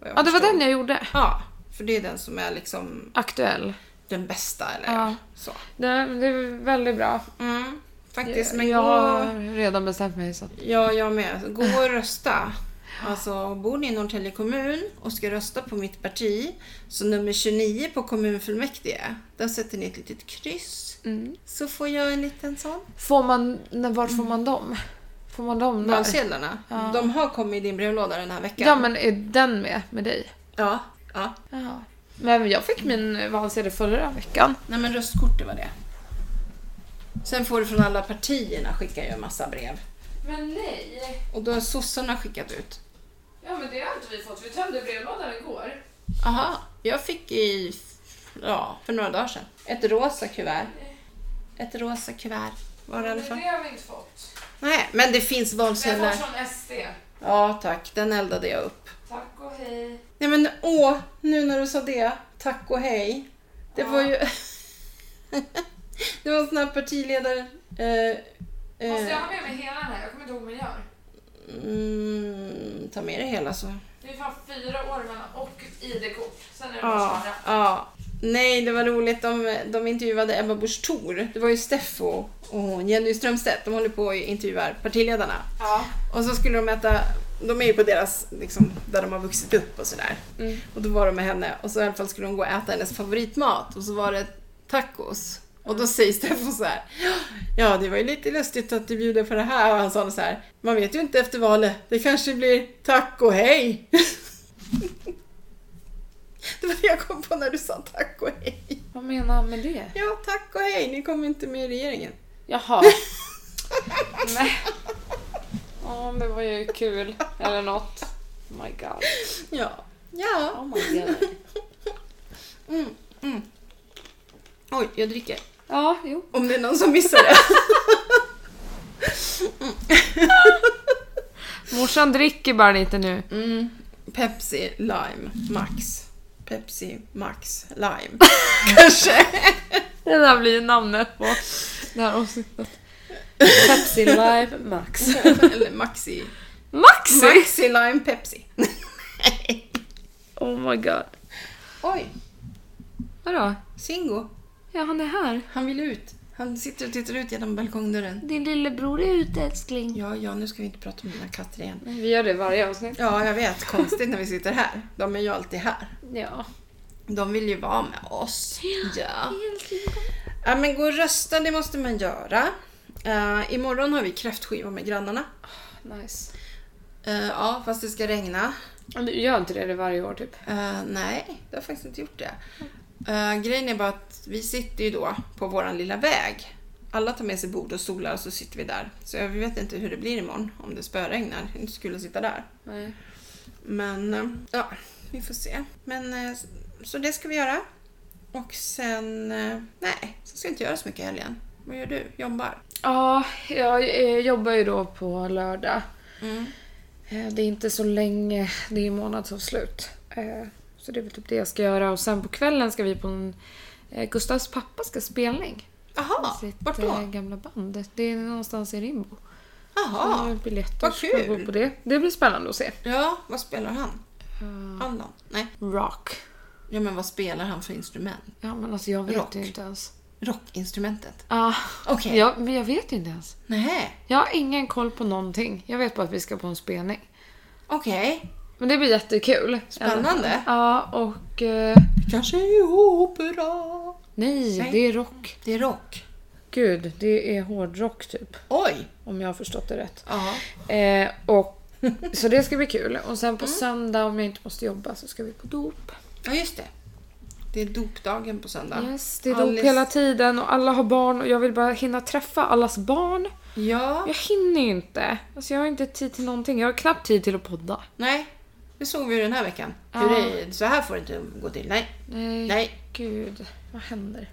Speaker 2: vad jag
Speaker 1: Ja, det var
Speaker 2: förstod.
Speaker 1: den jag gjorde.
Speaker 2: Ja. För det är den som är liksom
Speaker 1: Aktuell.
Speaker 2: den bästa eller
Speaker 1: Ja.
Speaker 2: så.
Speaker 1: Det, det är väldigt bra.
Speaker 2: Mm. Faktiskt.
Speaker 1: Jag,
Speaker 2: Men
Speaker 1: jag
Speaker 2: gå...
Speaker 1: har redan bestämt mig så att
Speaker 2: Ja, jag med. Alltså, Gå och rösta. Alltså, bor ni i Norrtälje kommun och ska rösta på mitt parti, så nummer 29 på kommunfullmäktige, där sätter ni ett litet kryss.
Speaker 1: Mm.
Speaker 2: Så får jag en liten sån.
Speaker 1: Får man, när, var får man dem? Får man dem där?
Speaker 2: Valsedlarna, de har kommit i din brevlåda den här veckan.
Speaker 1: Ja men är den med, med dig?
Speaker 2: ja. ja.
Speaker 1: Jaha. Men jag fick min valsedel förra veckan.
Speaker 2: Nej men röstkort, det var det. Sen får du från alla partierna skicka ju en massa brev.
Speaker 1: Men nej!
Speaker 2: Och då har sossarna skickat ut.
Speaker 1: Ja men det har inte vi fått, vi tömde brevlådan igår.
Speaker 2: Aha, jag fick i, ja, för några dagar sedan. Ett rosa kuvert. Ett rosa kuvert var det i alla fall.
Speaker 1: har vi inte fått.
Speaker 2: Nej, men det finns valsedlar.
Speaker 1: från SD.
Speaker 2: Ja tack, den eldade jag upp.
Speaker 1: Tack och hej.
Speaker 2: Nej men åh, nu när du sa det, tack och hej. Det var ju... det var en sån här partiledare... Eh, eh,
Speaker 1: ha med mig hela den här? Jag kommer inte ihåg hur man gör.
Speaker 2: mm, ta med det hela så.
Speaker 1: Det är fan fyra år mellan och ID-kort. Sen är det
Speaker 2: Ja, ja. Nej, det var roligt. De, de intervjuade Ebba Busch Thor. Det var ju Steffo och hon, Jenny Strömstedt. De håller på och intervjuar partiledarna.
Speaker 1: Ja.
Speaker 2: Och så skulle de äta de är ju på deras, liksom, där de har vuxit upp och sådär.
Speaker 1: Mm.
Speaker 2: Och då var de med henne och så i alla fall skulle de gå och äta hennes favoritmat och så var det tacos. Och då säger Steffo så här. Ja, det var ju lite lustigt att du bjuder på det här. Och han sa så här. Man vet ju inte efter valet. Det kanske blir taco hej. det var det jag kom på när du sa taco hej.
Speaker 1: Vad menar han med det?
Speaker 2: Ja, taco hej. Ni kommer inte med i regeringen.
Speaker 1: Jaha. Nej. Ja, det var ju kul. Eller något. Oh my god.
Speaker 2: Ja. Ja.
Speaker 1: Oh my god.
Speaker 2: Mm, mm. Oj, jag dricker.
Speaker 1: Ja, jo.
Speaker 2: Om det är någon som missar det.
Speaker 1: Morsan dricker bara lite nu.
Speaker 2: Mm. Pepsi Lime Max. Pepsi Max Lime. Kanske.
Speaker 1: Det där blir namnet på det här avsnittet. Pepsi Live Max.
Speaker 2: Eller Maxi.
Speaker 1: Maxi!
Speaker 2: Maxi Lime Pepsi.
Speaker 1: Oh my god.
Speaker 2: Oj,
Speaker 1: Vadå?
Speaker 2: Singo.
Speaker 1: Ja, han är här.
Speaker 2: Han vill ut. Han sitter och tittar ut genom balkongdörren.
Speaker 1: Din lillebror är ute älskling.
Speaker 2: Ja, ja, nu ska vi inte prata om mina katter igen.
Speaker 1: Vi gör det i varje avsnitt.
Speaker 2: Ja, jag vet. Konstigt när vi sitter här. De är ju alltid här.
Speaker 1: Ja.
Speaker 2: De vill ju vara med oss. Ja. ja men gå och rösta, det måste man göra. Uh, imorgon har vi kräftskiva med grannarna.
Speaker 1: Nice.
Speaker 2: Eh, ja, fast det ska regna.
Speaker 1: Men Du gör inte det det varje år typ?
Speaker 2: Eh, nej, det har jag faktiskt inte gjort det. Eh, grejen är bara att vi sitter ju då på våran lilla väg. Alla tar med sig bord och stolar och så sitter vi där. Så jag vet inte hur det blir imorgon om det spöregnar. Det är inte så kul att sitta där.
Speaker 1: Nej.
Speaker 2: Men eh, ja, vi får se. Men eh, så det ska vi göra. Och sen, eh, nej, så ska jag inte göra så mycket i helgen. Vad gör du? Jobbar?
Speaker 1: Ja, jag eh, jobbar ju då på lördag.
Speaker 2: Mm.
Speaker 1: Eh, Det är inte så länge, det är ju månadsavslut. Eh, Så det är väl typ det jag ska göra och sen på kvällen ska vi på en... eh, Gustavs pappa ska ha spelning.
Speaker 2: Jaha,
Speaker 1: sitt
Speaker 2: vart
Speaker 1: eh,
Speaker 2: då?
Speaker 1: gamla band. Det är någonstans i Rimbo. Så det
Speaker 2: Jaha,
Speaker 1: är biljetter
Speaker 2: vad
Speaker 1: så får jag
Speaker 2: kul.
Speaker 1: gå på det. Det blir spännande att se.
Speaker 2: ja, vad spelar han? Allan? Nej.
Speaker 1: Rock.
Speaker 2: Ja, men vad spelar han för instrument?
Speaker 1: Ja men alltså jag vet
Speaker 2: Rock.
Speaker 1: ju inte ens.
Speaker 2: Rockinstrumentet?
Speaker 1: Ja,
Speaker 2: Okej.
Speaker 1: ja, men jag vet ju inte ens.
Speaker 2: Nej.
Speaker 1: Jag har ingen koll på någonting. Jag vet bara att vi ska på en spelning.
Speaker 2: Okej.
Speaker 1: Men det blir jättekul.
Speaker 2: Spännande.
Speaker 1: Ja, och... Eh,
Speaker 2: Kanske är opera.
Speaker 1: nej,
Speaker 2: Nej.
Speaker 1: det är rock.
Speaker 2: Det är rock.
Speaker 1: Gud, det är hårdrock typ.
Speaker 2: Oj!
Speaker 1: Om jag har förstått det rätt.
Speaker 2: Ja.
Speaker 1: Eh, och, så det ska bli kul. Och sen
Speaker 2: Mm.
Speaker 1: på söndag, om jag inte måste jobba, så ska vi på dop.
Speaker 2: Ja, just det. Det är dopdagen på söndag.
Speaker 1: Yes, det är dop
Speaker 2: Alice-
Speaker 1: hela tiden och alla har barn och jag vill bara hinna träffa allas barn.
Speaker 2: Ja.
Speaker 1: Jag hinner ju inte. Alltså jag har inte tid till någonting. Jag har knappt tid till att podda.
Speaker 2: Nej. Det såg vi ju den här veckan.
Speaker 1: Ja. Mm.
Speaker 2: Hur det är, så här får det inte gå till. Nej.
Speaker 1: Nej.
Speaker 2: Nej.
Speaker 1: Gud, vad händer?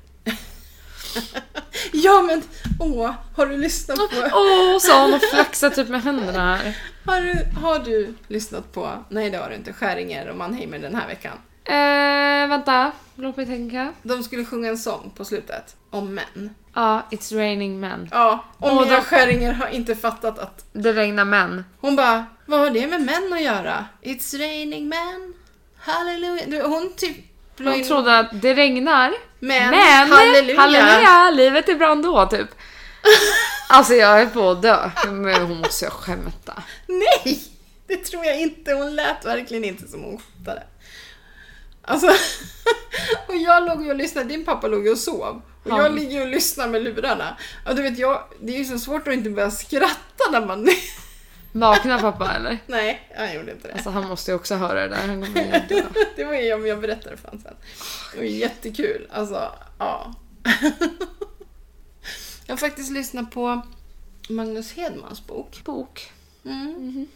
Speaker 2: Ja, men åh, har du lyssnat på...
Speaker 1: Åh, sa hon och flaxade typ med händerna här.
Speaker 2: Har du, har du lyssnat på... Nej, det har du inte. Skäringer och Mannheimer den här veckan.
Speaker 1: Eh, vänta, låt mig tänka.
Speaker 2: De skulle sjunga en sång på slutet. Om män.
Speaker 1: Ja, It's raining men.
Speaker 2: Ja, och
Speaker 1: Åh,
Speaker 2: Mia
Speaker 1: de-
Speaker 2: Skäringer har inte fattat att
Speaker 1: Det regnar män.
Speaker 2: Hon bara, vad har det med män att göra? It's raining men, halleluja. Du, Hon typ la
Speaker 1: Hon
Speaker 2: in
Speaker 1: trodde att det regnar,
Speaker 2: men,
Speaker 1: men halleluja. livet är bra ändå typ. Alltså jag är på att dö. Men hon måste ju skämta.
Speaker 2: Nej! Det tror jag inte. Hon lät verkligen inte som hon skämtade. Alltså, och jag låg ju och lyssnade. Din pappa låg ju och sov. Och jag
Speaker 1: Han.
Speaker 2: ligger ju och lyssnar med lurarna. Och du vet, jag, det är ju så svårt att inte börja skratta när man...
Speaker 1: Vaknar pappa eller?
Speaker 2: Nej, han gjorde inte det.
Speaker 1: Alltså han måste ju också höra det där. Han kommer ju dö.
Speaker 2: Det var ju om jag berättade för honom sen. Det var jättekul. Alltså, ja. Jag har faktiskt lyssnat på Magnus Hedmans bok.
Speaker 1: Bok.
Speaker 2: Mm.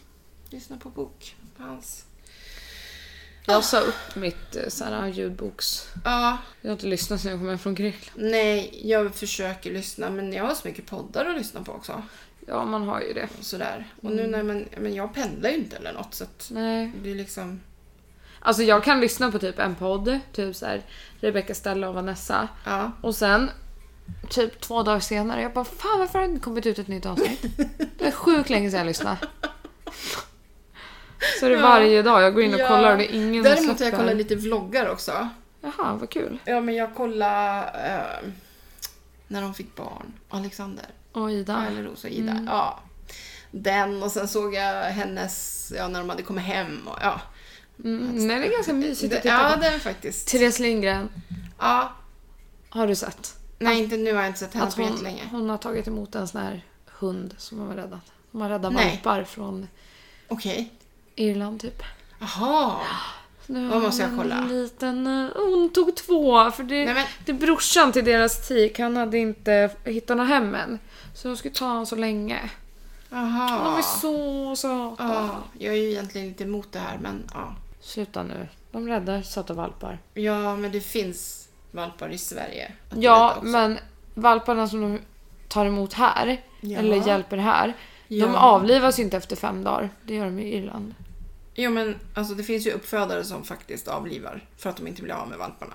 Speaker 2: Lyssna på bok. Hans.
Speaker 1: Jag sa upp mitt eh, så här, ljudboks...
Speaker 2: Ja,
Speaker 1: Jag har inte lyssnat sen jag kom hem från Grekland.
Speaker 2: nej, jag försöker lyssna men jag har så mycket poddar att lyssna på också.
Speaker 1: Ja, man har ju det.
Speaker 2: Och sådär. Och nu när man, men jag pendlar ju inte eller något så att
Speaker 1: Nej.
Speaker 2: det är liksom...
Speaker 1: Alltså jag kan lyssna på typ en podd, typ så här Rebecca, Stella och Vanessa.
Speaker 2: Ja.
Speaker 1: Och sen typ två dagar senare, jag bara fan varför har det inte kommit ut ett nytt avsnitt? Det är sjukt länge sedan jag lyssnade. Så är det
Speaker 2: Ja.
Speaker 1: varje dag, jag går in och
Speaker 2: Ja.
Speaker 1: kollar och det är ingen som
Speaker 2: Däremot har jag
Speaker 1: släpper.
Speaker 2: kollat lite vloggar också.
Speaker 1: Jaha, vad kul.
Speaker 2: Ja men jag kollade eh, när de fick barn. Alexander.
Speaker 1: Och Ida. Mm.
Speaker 2: Eller Rosa och Ida. Ja. den och sen såg jag hennes, ja när de hade kommit hem och ja.
Speaker 1: Mm, nej, det är ganska mysigt
Speaker 2: Det,
Speaker 1: att titta
Speaker 2: ja,
Speaker 1: på.
Speaker 2: den faktiskt.
Speaker 1: Therese Lindgren
Speaker 2: Ja,
Speaker 1: har du sett.
Speaker 2: nej inte nu har jag inte sett henne
Speaker 1: Att
Speaker 2: på
Speaker 1: hon,
Speaker 2: jättelänge.
Speaker 1: hon har tagit emot en sån här hund som hon har räddat. De har räddat
Speaker 2: Nej.
Speaker 1: valpar från
Speaker 2: Okej.
Speaker 1: Irland typ.
Speaker 2: Jaha.
Speaker 1: Nu
Speaker 2: Vad måste
Speaker 1: har
Speaker 2: jag
Speaker 1: hon en
Speaker 2: kolla?
Speaker 1: Liten, eh, hon tog två, för det,
Speaker 2: Nej, men-
Speaker 1: det är brorsan till deras tik. Han hade inte hittat något hem än. Så de skulle ta honom så länge. De är
Speaker 2: Jaha.
Speaker 1: så söta.
Speaker 2: Ja, jag är ju egentligen inte emot det här men ja.
Speaker 1: Sluta nu. De räddar söta valpar.
Speaker 2: Ja, men det finns valpar i Sverige. att
Speaker 1: Ja,
Speaker 2: rädda också.
Speaker 1: men valparna som de tar emot här,
Speaker 2: Ja.
Speaker 1: eller hjälper här, de
Speaker 2: Ja.
Speaker 1: avlivas ju inte efter fem dagar. Det gör de ju i Irland.
Speaker 2: Jo men alltså det finns ju uppfödare som faktiskt avlivar för att de inte blir av med valparna.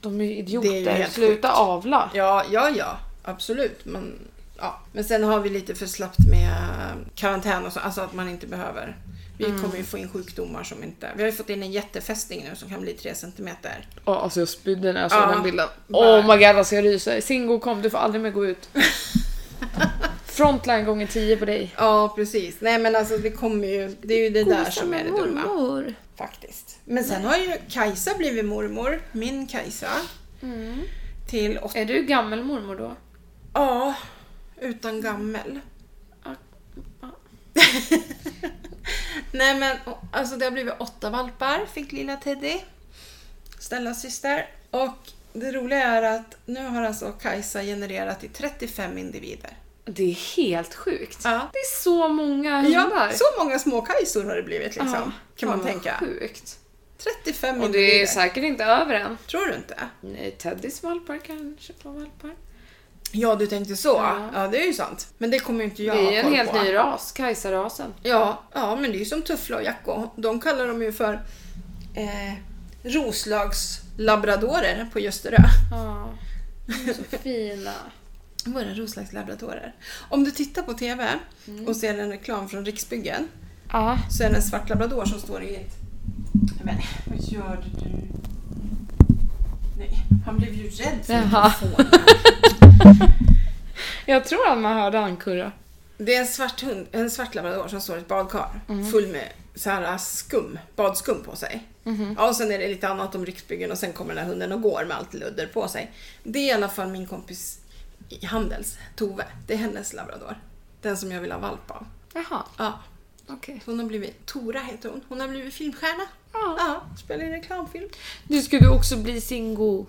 Speaker 1: De är ju
Speaker 2: Det är ju
Speaker 1: idioter.
Speaker 2: helt
Speaker 1: Sluta
Speaker 2: sjukt.
Speaker 1: avla.
Speaker 2: Ja, ja, ja. Absolut. Men, ja. men sen har vi lite för slappt med karantän och så. Alltså att man inte behöver. Vi kommer ju få in sjukdomar som inte... Vi har ju fått in en jättefästing nu som kan bli 3 centimeter.
Speaker 1: Ja, alltså jag spydde när jag såg
Speaker 2: Ja.
Speaker 1: den bilden.
Speaker 2: Bara-
Speaker 1: Oh my god, alltså jag ryser. Singo kom, du får aldrig mer gå ut. Frontline gånger 10 på dig.
Speaker 2: Ja, precis. Nej men alltså det kommer ju... Det är ju det där som är det dumma.
Speaker 1: mormor.
Speaker 2: Faktiskt. Men sen har ju Kajsa blivit mormor. Min Kajsa. Mm. Till åtta...
Speaker 1: Är du gammel mormor då?
Speaker 2: Ja, utan gammel.
Speaker 1: Ja.
Speaker 2: Nej men och- alltså det har blivit åtta valpar, fick lilla Teddy. Stellas syster. Och det roliga är att nu har alltså Kajsa genererat i 35 individer.
Speaker 1: Det är helt sjukt.
Speaker 2: Ja.
Speaker 1: Det är så många hundar.
Speaker 2: Ja, så många små Kajsor har det blivit liksom.
Speaker 1: Ja.
Speaker 2: Kan man
Speaker 1: Fan, vad
Speaker 2: tänka.
Speaker 1: Sjukt.
Speaker 2: 35
Speaker 1: Och
Speaker 2: individer.
Speaker 1: det är säkert inte över än.
Speaker 2: Tror du inte?
Speaker 1: Nej, Teddys valpar kanske får valpar.
Speaker 2: Ja, du tänkte så.
Speaker 1: Ja.
Speaker 2: Ja, det är ju sant. Men det kommer ju inte jag
Speaker 1: det är ju
Speaker 2: ha
Speaker 1: en
Speaker 2: koll
Speaker 1: helt
Speaker 2: på.
Speaker 1: ny ras, Kajsa-rasen.
Speaker 2: Ja, ja, men det är ju som Tuffla och Jacko. De kallar dem ju för eh, Roslagslabradorer på Ljusterö.
Speaker 1: Ja, de är så fina.
Speaker 2: Våra Roslagslabradorer. Om du tittar på TV och ser en reklam från Riksbyggen
Speaker 1: Ja,
Speaker 2: så är det en svart labrador som står i ett... Nej, Men vad gör du? Nej, han blev ju rädd för
Speaker 1: Jaha.
Speaker 2: mikrofonen.
Speaker 1: jag tror att man hörde han kurra.
Speaker 2: Det är en svart, hund, en svart labrador som står i ett badkar full med så här skum, badskum på sig. Ja, och sen är det lite annat om Riksbyggen och sen kommer den här hunden och går med allt ludder på sig. Det är i alla fall min kompis i Handels, Tove. Det är hennes labrador. Den som jag vill ha valp av.
Speaker 1: Jaha,
Speaker 2: Ja,
Speaker 1: okej.
Speaker 2: hon har blivit, Tora heter hon, hon har blivit filmstjärna.
Speaker 1: Ja.
Speaker 2: ja spelar i reklamfilm.
Speaker 1: Nu ska du också bli singo.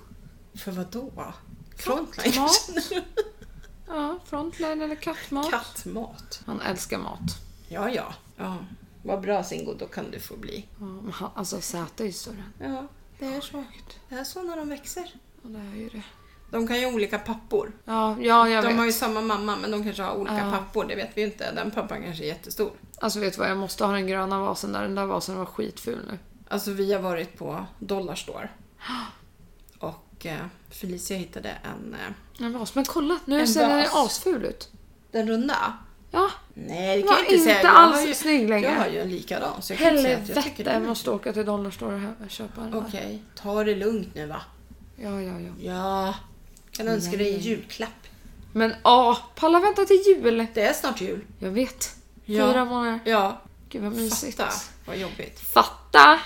Speaker 2: För vad då? Frontline
Speaker 1: Mat.
Speaker 2: kanske?
Speaker 1: Ja, frontline eller kattmat.
Speaker 2: Kattmat.
Speaker 1: Han älskar mat.
Speaker 2: Ja, ja. ja. Vad bra Singo, då kan du få bli.
Speaker 1: Ja, men han, alltså Zäta är ju större än
Speaker 2: Ja, det är så.
Speaker 1: Gud.
Speaker 2: Det är så när de växer.
Speaker 1: Ja, det är ju det.
Speaker 2: De kan ju ha olika pappor.
Speaker 1: Ja, ja jag
Speaker 2: de
Speaker 1: vet.
Speaker 2: har ju samma mamma men de kanske har olika
Speaker 1: Ja.
Speaker 2: pappor, det vet vi ju inte. Den pappan kanske är jättestor.
Speaker 1: Alltså vet du vad, jag måste ha den gröna vasen där. Den där vasen var skitful nu.
Speaker 2: Alltså vi har varit på Dollarstore. Och eh, Felicia hittade en... Eh,
Speaker 1: En vas. Men kolla, nu
Speaker 2: En
Speaker 1: ser den
Speaker 2: vas.
Speaker 1: asful ut.
Speaker 2: den runda?
Speaker 1: Ja,
Speaker 2: Nej det kan
Speaker 1: Var
Speaker 2: jag inte
Speaker 1: inte
Speaker 2: säga. Jag
Speaker 1: alls
Speaker 2: har ju-
Speaker 1: snygg längre.
Speaker 2: Jag har ju en likadan så jag kan inte säga att jag tycker
Speaker 1: helvete.
Speaker 2: den
Speaker 1: Jag
Speaker 2: är-
Speaker 1: måste åka till Dollarstore och hä- köpa den där.
Speaker 2: Okej, ta det lugnt nu va.
Speaker 1: Ja, ja, ja.
Speaker 2: Ja. Kan önska dig en julklapp.
Speaker 1: Men ja, palla vänta till jul.
Speaker 2: Det är snart jul.
Speaker 1: Jag vet.
Speaker 2: Ja.
Speaker 1: Fyra månader.
Speaker 2: Ja,
Speaker 1: Gud vad mysigt.
Speaker 2: fatta vad jobbigt.
Speaker 1: Fatta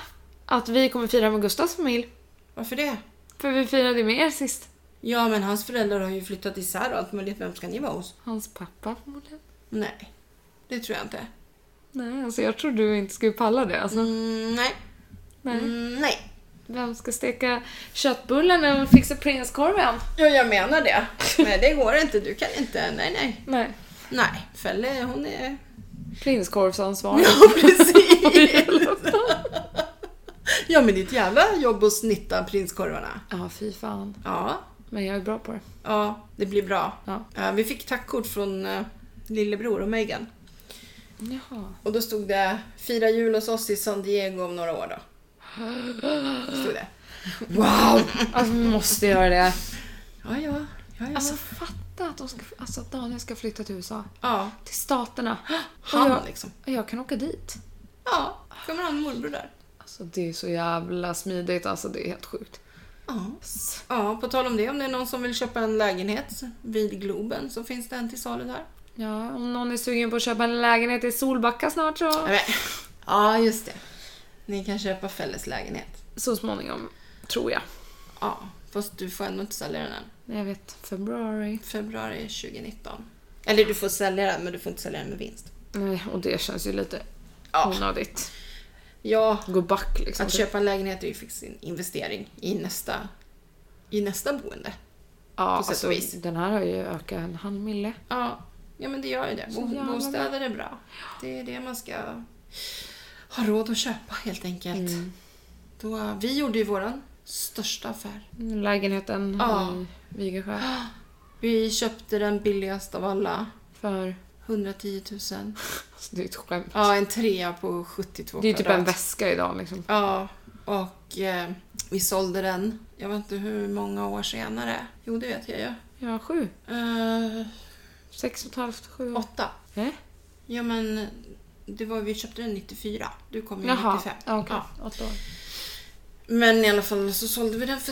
Speaker 1: att vi kommer fira med Gustavs familj.
Speaker 2: Varför det?
Speaker 1: För vi firade med er sist.
Speaker 2: Ja men hans föräldrar har ju flyttat isär och allt möjligt. Vem ska ni vara hos?
Speaker 1: Hans pappa förmodligen.
Speaker 2: Nej, det tror jag inte.
Speaker 1: Nej, alltså jag tror du inte skulle palla det. Alltså.
Speaker 2: Mm, nej.
Speaker 1: Nej.
Speaker 2: Mm, nej.
Speaker 1: Vem ska steka köttbullarna och fixa prinskorven?
Speaker 2: Ja, jag menar det. Nej, det går inte. Du kan inte. Nej, nej.
Speaker 1: Nej.
Speaker 2: Nej, Felle hon är...
Speaker 1: Prinskorvsansvar.
Speaker 2: Ja, precis. ja, men det är ett jävla jobb att snitta prinskorvarna.
Speaker 1: Ja, fy fan.
Speaker 2: Ja,
Speaker 1: Men jag är bra på det.
Speaker 2: ja, det blir bra.
Speaker 1: Ja.
Speaker 2: Eh, Vi fick tackkort från eh, lillebror och Megan.
Speaker 1: Jaha.
Speaker 2: Och då stod det “Fira jul hos oss i San Diego om några år då”. Stod det.
Speaker 1: Wow! Alltså, vi måste göra det.
Speaker 2: Ja, ja. ja, ja.
Speaker 1: Alltså fatta att, de ska, alltså, att Daniel ska flytta till USA.
Speaker 2: ja.
Speaker 1: Till staterna.
Speaker 2: Han
Speaker 1: jag,
Speaker 2: liksom.
Speaker 1: och jag kan åka dit.
Speaker 2: Ja, kommer han morbror där.
Speaker 1: Alltså det är så jävla smidigt. Alltså det är helt sjukt.
Speaker 2: Ja. ja, på tal om det, om det är någon som vill köpa en lägenhet vid Globen så finns det en till salu där.
Speaker 1: Ja, om någon är sugen på att köpa en lägenhet i Solbacka snart så...
Speaker 2: Nej, men- Ja, just det. Ni kan köpa Felles lägenhet.
Speaker 1: Så småningom, tror jag.
Speaker 2: Ja, fast du får ändå inte sälja den än.
Speaker 1: Jag vet, februari.
Speaker 2: Februari 2019. Eller du får sälja den, men du får inte sälja den med vinst. Mm.
Speaker 1: Nej, och det känns ju lite
Speaker 2: Ja,
Speaker 1: onödigt.
Speaker 2: ja
Speaker 1: Gå back liksom.
Speaker 2: att köpa en lägenhet är ju faktiskt en investering i nästa, i nästa boende.
Speaker 1: ja,
Speaker 2: på sätt och
Speaker 1: alltså,
Speaker 2: vis.
Speaker 1: Den här har ju ökat en halv mille.
Speaker 2: Ja, ja men det gör ju det.
Speaker 1: Så jävla
Speaker 2: Bo,
Speaker 1: bra.
Speaker 2: bostäder är bra. Det är det man ska ha råd att köpa helt enkelt. Då, vi gjorde ju våran största affär.
Speaker 1: Mm. Lägenheten
Speaker 2: Ja.
Speaker 1: i Vigersjö.
Speaker 2: Vi köpte den billigast av alla.
Speaker 1: För...
Speaker 2: 110 000.
Speaker 1: Alltså, det är ett skämt.
Speaker 2: Ja, en trea på 72
Speaker 1: Det är ju typ
Speaker 2: kvadrat.
Speaker 1: en väska idag liksom.
Speaker 2: Ja, och eh, vi sålde den. Jag vet inte hur många år senare. Jo, det vet jag ju.
Speaker 1: Ja, sju.
Speaker 2: Eh,
Speaker 1: Sex och ett halvt, sju. år.
Speaker 2: åtta.
Speaker 1: Nej?
Speaker 2: Ja, men det var, vi köpte den 94. Du kom ju
Speaker 1: Jaha,
Speaker 2: 95.
Speaker 1: ja, okej.
Speaker 2: Ja.
Speaker 1: Åtta år.
Speaker 2: Men i alla fall så sålde vi den för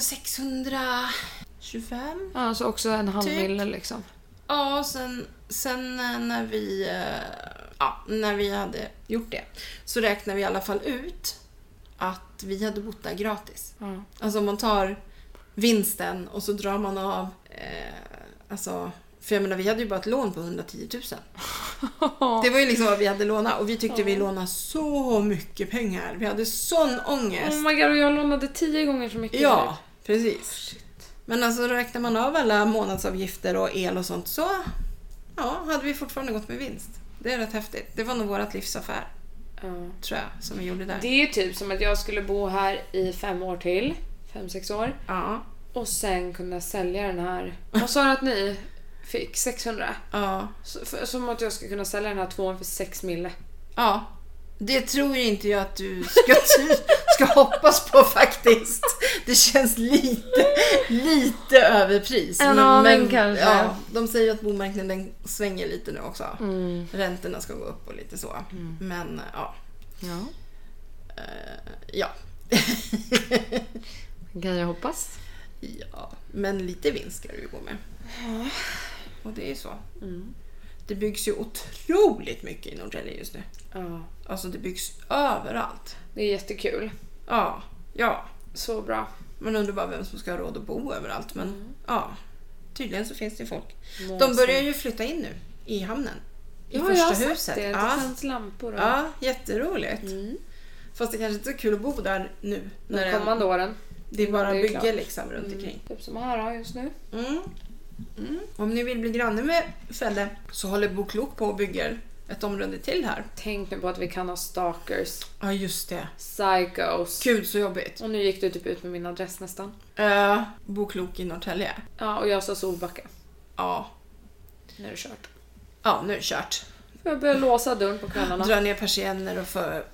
Speaker 2: 625.
Speaker 1: Ja, alltså också en halv
Speaker 2: Typ.
Speaker 1: mille liksom.
Speaker 2: Ja, och sen, sen eh, när vi... eh, Ja, när vi hade gjort det så räknade vi i alla fall ut att vi hade bott där gratis.
Speaker 1: Ja.
Speaker 2: Alltså om man tar vinsten och så drar man av... Eh, alltså, för jag menar, vi hade ju bara ett lån på 110 000. Det var ju liksom vad vi hade lånat och vi tyckte vi lånade så mycket pengar. Vi hade sån ångest.
Speaker 1: Oh my god, och jag lånade tio gånger så mycket. typ.
Speaker 2: Ja, precis. Men alltså räknar man av alla månadsavgifter och el och sånt så ja, hade vi fortfarande gått med vinst. Det är rätt häftigt. Det var nog vårt livsaffär,
Speaker 1: Ja.
Speaker 2: tror jag, som vi gjorde där.
Speaker 1: Det är ju typ som att jag skulle bo här i fem år till. Fem, sex år.
Speaker 2: Ja,
Speaker 1: Och sen kunna sälja den här. Vad sa du att ni fick? 600?
Speaker 2: ja,
Speaker 1: Så, för, som att jag skulle kunna sälja den här tvåan för sex mille.
Speaker 2: Ja. Det tror inte jag att du ska, ska hoppas på faktiskt. Det känns lite, lite överpris.
Speaker 1: En aning kanske.
Speaker 2: Ja, de säger ju att bomarknaden den svänger lite nu också.
Speaker 1: Mm,
Speaker 2: Räntorna ska gå upp och lite så. Men ja.
Speaker 1: Ja.
Speaker 2: Eh, ja.
Speaker 1: Kan jag hoppas?
Speaker 2: ja. Men lite vinst ska du ju gå med. Och det är ju så.
Speaker 1: Mm,
Speaker 2: Det byggs ju otroligt mycket i Norrtälje just nu.
Speaker 1: Ja.
Speaker 2: Alltså det byggs överallt.
Speaker 1: Det är jättekul.
Speaker 2: Ja, ja.
Speaker 1: Så bra. Mm.
Speaker 2: Man undrar bara vem som ska ha råd att bo överallt. Men ja, tydligen så finns det folk.
Speaker 1: Månsson.
Speaker 2: De börjar ju flytta in nu i hamnen. I
Speaker 1: ja, jag har
Speaker 2: första
Speaker 1: sett
Speaker 2: huset.
Speaker 1: det. Det
Speaker 2: Ja,
Speaker 1: fanns lampor. Och...
Speaker 2: ja, jätteroligt.
Speaker 1: Mm.
Speaker 2: Fast det kanske inte är så kul att bo där nu. När
Speaker 1: De
Speaker 2: det,
Speaker 1: kommande åren.
Speaker 2: det är bara
Speaker 1: det är ju
Speaker 2: bygge
Speaker 1: klart.
Speaker 2: liksom runt omkring.
Speaker 1: Typ som här har just nu.
Speaker 2: Mm. Mm. Om ni vill bli granne med Fälle så håller Bo Klok på och bygger ett område till här.
Speaker 1: Tänk nu på att vi kan ha stalkers,
Speaker 2: Ja, just det.
Speaker 1: psychos.
Speaker 2: Gud så jobbigt.
Speaker 1: Och nu gick du typ ut med min adress nästan.
Speaker 2: Uh, Bo Klok i Norrtälje.
Speaker 1: Ja, och jag sa Solbacka.
Speaker 2: Ja.
Speaker 1: Nu är det kört.
Speaker 2: ja, nu är det kört.
Speaker 1: Får jag börja låsa dörren på kvällarna?
Speaker 2: Dra ner persienner och för,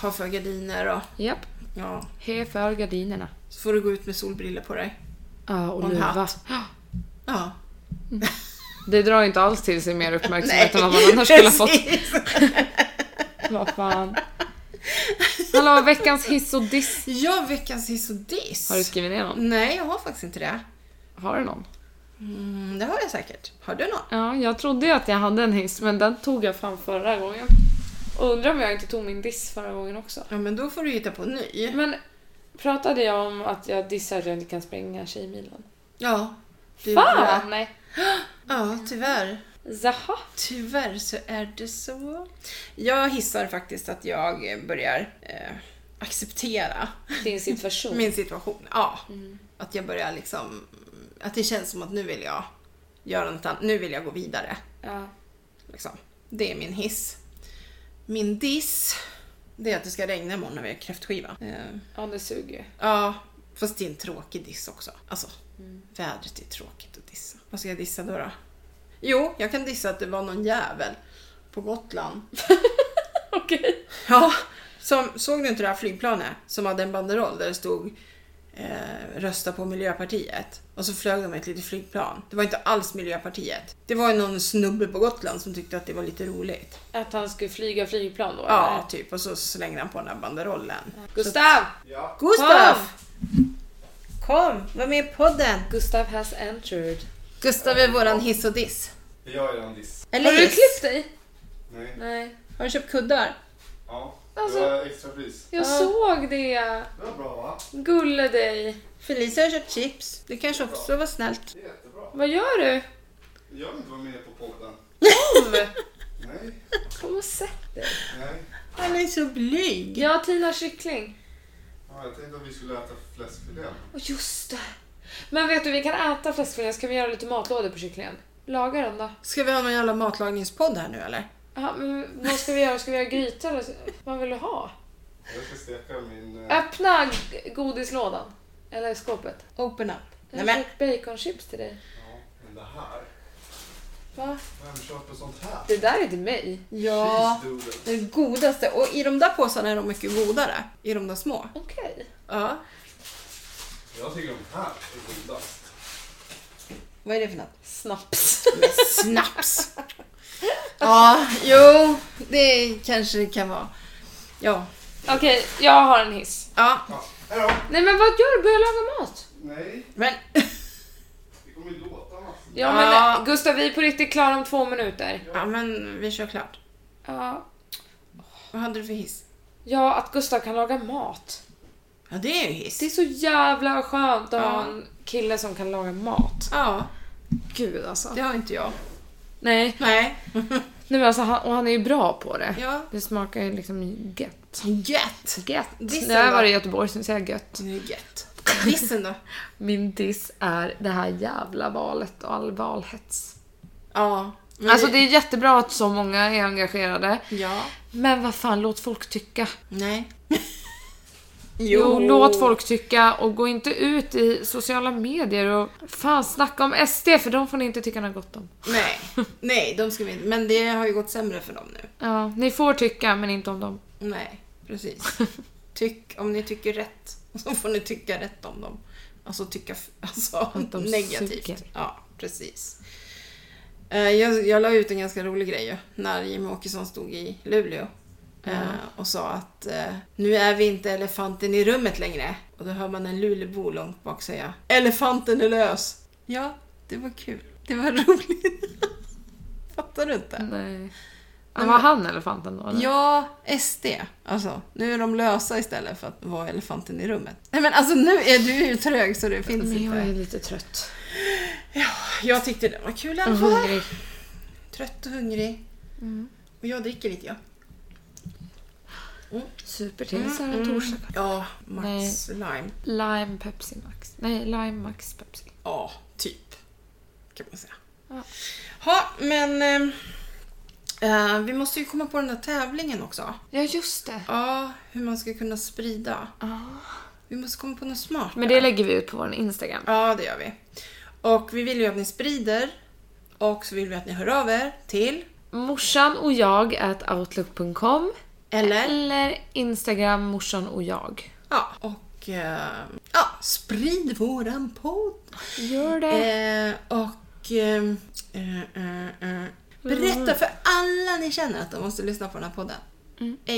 Speaker 2: ha för gardiner och
Speaker 1: Japp.
Speaker 2: ja,
Speaker 1: He för gardinerna.
Speaker 2: Så får du gå ut med solbriller på dig.
Speaker 1: Ja, och
Speaker 2: en
Speaker 1: luva.
Speaker 2: hatt. Ja.
Speaker 1: Det drar inte alls till sig mer uppmärksamhet än Liksom, vad man annars skulle ha fått. Vad fan. Hallå, veckans hiss och diss.
Speaker 2: Ja, veckans hiss och diss.
Speaker 1: Har du skrivit ner någon?
Speaker 2: Nej, jag har faktiskt inte det.
Speaker 1: Har du någon?
Speaker 2: Mm, det har jag säkert. Har du någon?
Speaker 1: Ja, jag trodde ju att jag hade en hiss, men den tog jag fram förra gången. Och undrar om jag inte tog min diss förra gången också.
Speaker 2: Ja, men då får du hitta på en ny.
Speaker 1: Men pratade jag om att jag dissar att jag inte kan springa Tjejmilen?
Speaker 2: Ja. Du-
Speaker 1: Fan! Nej.
Speaker 2: Ja, tyvärr.
Speaker 1: Jaha.
Speaker 2: Tyvärr så är det så. Jag hissar faktiskt att jag börjar eh, acceptera
Speaker 1: Din situation.
Speaker 2: min situation. Ja. Att jag börjar liksom... Att det känns som att nu vill jag göra något annat. Nu vill jag gå vidare.
Speaker 1: Ja.
Speaker 2: Liksom. Det är min hiss. Min diss, det är att det ska regna imorgon när vi har kräftskiva. Eh,
Speaker 1: ja, det suger ju.
Speaker 2: ja, fast det är en tråkig diss också. Alltså, vädret är tråkigt att dissa. Vad ska jag dissa då? då? Jo, jag kan dissa att det var någon jävel på Gotland.
Speaker 1: Okej.
Speaker 2: Ja, som, såg du inte det här flygplanet som hade en banderoll där det stod eh, rösta på Miljöpartiet? Och så flög de med ett litet flygplan. Det var inte alls Miljöpartiet. Det var ju någon snubbe på Gotland som tyckte att det var lite roligt.
Speaker 1: Att han skulle flyga flygplan då?
Speaker 2: Ja, typ. Och så slängde han på den här banderollen.
Speaker 1: eller? Gustav!
Speaker 2: Gustav! Kom, var med i podden!
Speaker 1: Gustav has entered.
Speaker 2: Gustav är våran hiss och diss.
Speaker 3: För jag är en diss.
Speaker 2: Eller
Speaker 1: Har du
Speaker 2: hiss.
Speaker 1: klippt dig?
Speaker 3: Nej.
Speaker 1: Nej.
Speaker 2: Har du köpt kuddar?
Speaker 3: Ja.
Speaker 1: Alltså-
Speaker 3: Det var extra pris.
Speaker 1: Jag
Speaker 2: Ja.
Speaker 1: såg det.
Speaker 3: Det var bra va?
Speaker 1: Gulle dig.
Speaker 2: Felicia har köpt chips. Det kanske också var snällt.
Speaker 3: Det är jättebra.
Speaker 1: Vad gör du?
Speaker 3: Jag vill inte vara med på podden.
Speaker 1: Kom!
Speaker 3: Nej.
Speaker 1: Kom och sätt dig.
Speaker 3: Nej.
Speaker 2: Han är så blyg.
Speaker 1: Jag och Tina kyckling.
Speaker 3: Ja, jag tänkte att vi skulle äta fläskfilé.
Speaker 1: Och just det. Men vet du, vi kan äta fläskfilé så kan vi göra lite matlådor på kycklingen. Laga den då.
Speaker 2: Ska vi ha någon jävla matlagningspodd här nu eller?
Speaker 1: Jaha, men vad ska vi göra? Ska vi göra gryta eller? så? Vad vill du ha?
Speaker 3: Jag ska steka min... eh,
Speaker 1: Öppna g- godislådan. Eller skåpet.
Speaker 2: Open up.
Speaker 1: Jag
Speaker 2: Alltså, Nej men.
Speaker 1: har köpt baconchips till dig.
Speaker 3: Ja, men det här.
Speaker 1: Va?
Speaker 3: Vem köper sånt här?
Speaker 1: Det där är till mig.
Speaker 2: Ja.
Speaker 3: Cheesedoodle.
Speaker 2: Det godaste. Och i de där påsarna är de mycket godare. I de där små.
Speaker 1: Okej.
Speaker 2: Ja.
Speaker 3: Jag tycker de här är godast.
Speaker 2: Vad är det för något?
Speaker 1: Snaps.
Speaker 2: Snaps. Ja, jo. Det kanske det kan vara. Ja.
Speaker 1: Okej, jag har en hiss.
Speaker 2: Ja.
Speaker 3: Ja. Hejdå!
Speaker 1: Nej men vad gör du? Börja laga mat.
Speaker 3: Nej,
Speaker 2: Men.
Speaker 3: det kommer ju låta massor.
Speaker 1: Ja men eh,
Speaker 2: Ja.
Speaker 1: Gustav, vi är på riktigt klara om två minuter.
Speaker 2: Ja men vi kör klart.
Speaker 1: Ja.
Speaker 2: Vad hade du för hiss?
Speaker 1: ja, att Gustav kan laga mat.
Speaker 2: Ja det är ju
Speaker 1: Det är
Speaker 2: hiss.
Speaker 1: så jävla skönt att ha
Speaker 2: Ja.
Speaker 1: en kille som kan laga mat.
Speaker 2: Ja,
Speaker 1: Gud alltså.
Speaker 2: det har inte jag.
Speaker 1: Nej,
Speaker 2: Nej.
Speaker 1: Nej men alltså, han, och han är ju bra på det.
Speaker 2: Ja.
Speaker 1: Det smakar ju liksom gött.
Speaker 2: Gött!
Speaker 1: Gött.
Speaker 2: Dissen
Speaker 1: När jag
Speaker 2: då?
Speaker 1: var i Göteborg så säger jag gött.
Speaker 2: Det är gött. Dissen då?
Speaker 1: Min diss är det här jävla valet och all valhets.
Speaker 2: Ja. men
Speaker 1: Alltså det är jättebra att så många är engagerade.
Speaker 2: Ja.
Speaker 1: Men vad fan, låt folk tycka.
Speaker 2: Nej.
Speaker 1: Jo. låt folk tycka och gå inte ut i sociala medier och fan snacka om SD för de får ni inte tycka något gott om.
Speaker 2: Nej. Nej, de ska vi inte. Men det har ju gått sämre för dem nu.
Speaker 1: Ja, ni får tycka men inte om dem.
Speaker 2: Nej, precis. Tyck, om ni tycker rätt så får ni tycka rätt om dem. Alltså tycka f- alltså,
Speaker 1: Att de
Speaker 2: negativt.
Speaker 1: suger.
Speaker 2: Ja, precis. Eh, Jag, jag la ut en ganska rolig grej ju, när Jimmie Åkesson stod i Luleå eh, och sa att eh, nu är vi inte elefanten i rummet längre. Och då hör man en Lulebo långt bak säga Elefanten är lös! Ja, det var kul. Det var roligt. Fattar du inte?
Speaker 1: Nej. Ja, var han elefanten då? eller?
Speaker 2: Ja, SD. Alltså, nu är de lösa istället för att vara elefanten i rummet. Nej men alltså nu är du ju trög så det finns
Speaker 1: Men jag är
Speaker 2: inte.
Speaker 1: lite trött
Speaker 2: Jag tyckte det var kul i
Speaker 1: och
Speaker 2: alla fall.
Speaker 1: hungrig.
Speaker 2: Trött och hungrig.
Speaker 1: Mm.
Speaker 2: Och jag dricker lite ja.
Speaker 1: Super till så
Speaker 2: Mm.
Speaker 1: här en torsdag.
Speaker 2: Ja, Max Lime.
Speaker 1: Lime Pepsi Max. Nej, Lime Max Pepsi.
Speaker 2: Ja, typ. Kan man säga.
Speaker 1: Ja.
Speaker 2: Ja, men... ehm, eh, vi måste ju komma på den där tävlingen också.
Speaker 1: Ja, just det.
Speaker 2: Ja, hur man ska kunna sprida.
Speaker 1: Ja.
Speaker 2: Vi måste komma på något smart.
Speaker 1: Men det lägger vi ut på vår Instagram.
Speaker 2: Ja, det gör vi. Och vi vill ju att ni sprider och så vill vi att ni hör av er till
Speaker 1: Morsan och jag at outlook.com Mm.
Speaker 2: eller
Speaker 1: eller Instagram morsan och jag.
Speaker 2: ja, och eh, ja, sprid våran podd.
Speaker 1: Gör det.
Speaker 2: Eh, och eh, eh, eh, eh, berätta för alla ni känner att de måste lyssna på den här podden.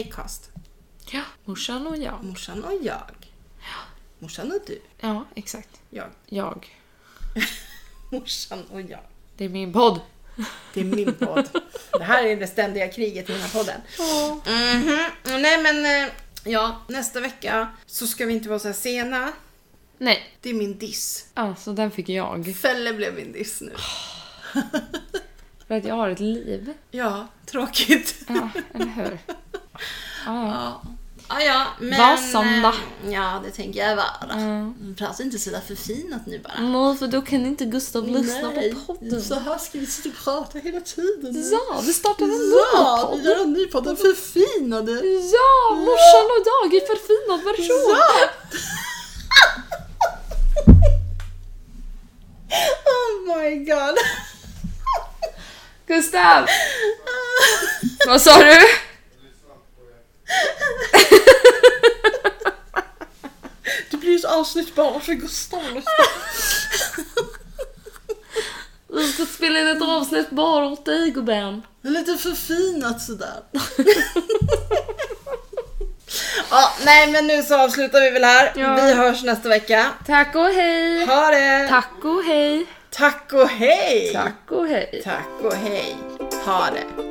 Speaker 2: Acast,
Speaker 1: Ja, morsan och jag.
Speaker 2: morsan och jag. Morsan och du.
Speaker 1: Ja, exakt.
Speaker 2: Jag.
Speaker 1: Jag.
Speaker 2: Morsan och jag.
Speaker 1: Det är min podd.
Speaker 2: Det är min podd. Det här är det ständiga kriget i den här podden. Mhm. Nej men, eh, ja, nästa vecka så ska vi inte vara så här sena.
Speaker 1: Nej,
Speaker 2: Det är min diss.
Speaker 1: alltså den fick jag.
Speaker 2: Fälle blev min diss nu.
Speaker 1: För att jag har ett liv.
Speaker 2: Ja, tråkigt.
Speaker 1: Ja, eller hur? Ja, ja.
Speaker 2: Ja. Ja, ja, men...
Speaker 1: Var söndag.
Speaker 2: eh, Ja, det tänker jag vara. Mm,
Speaker 1: Ja.
Speaker 2: Prata inte sådär förfinat nu bara.
Speaker 1: Nej, för då kan inte Gustav lyssna
Speaker 2: Nej, Mm.
Speaker 1: på podden.
Speaker 2: Så här ska vi sitta och prata hela tiden.
Speaker 1: Ja, vi startar en
Speaker 2: Ja,
Speaker 1: ny
Speaker 2: vi
Speaker 1: podd.
Speaker 2: gör en ny podd. Den förfinade.
Speaker 1: Ja, morsan och jag i förfinad version.
Speaker 2: Ja! oh my god.
Speaker 1: Gustav! Vad sa du?
Speaker 3: Lyssna på er.
Speaker 2: Det blir ett avsnitt bara för Gustav.
Speaker 1: Vi ska spela in ett avsnitt bara åt dig gubben.
Speaker 2: Lite förfinat sådär. ja, nej men nu så avslutar vi väl här.
Speaker 1: Ja.
Speaker 2: Vi hörs nästa vecka.
Speaker 1: Tack och hej!
Speaker 2: Ha det!
Speaker 1: Tack och hej!
Speaker 2: Tack och hej!
Speaker 1: Tack och hej.
Speaker 2: Tack och hej. Ha det.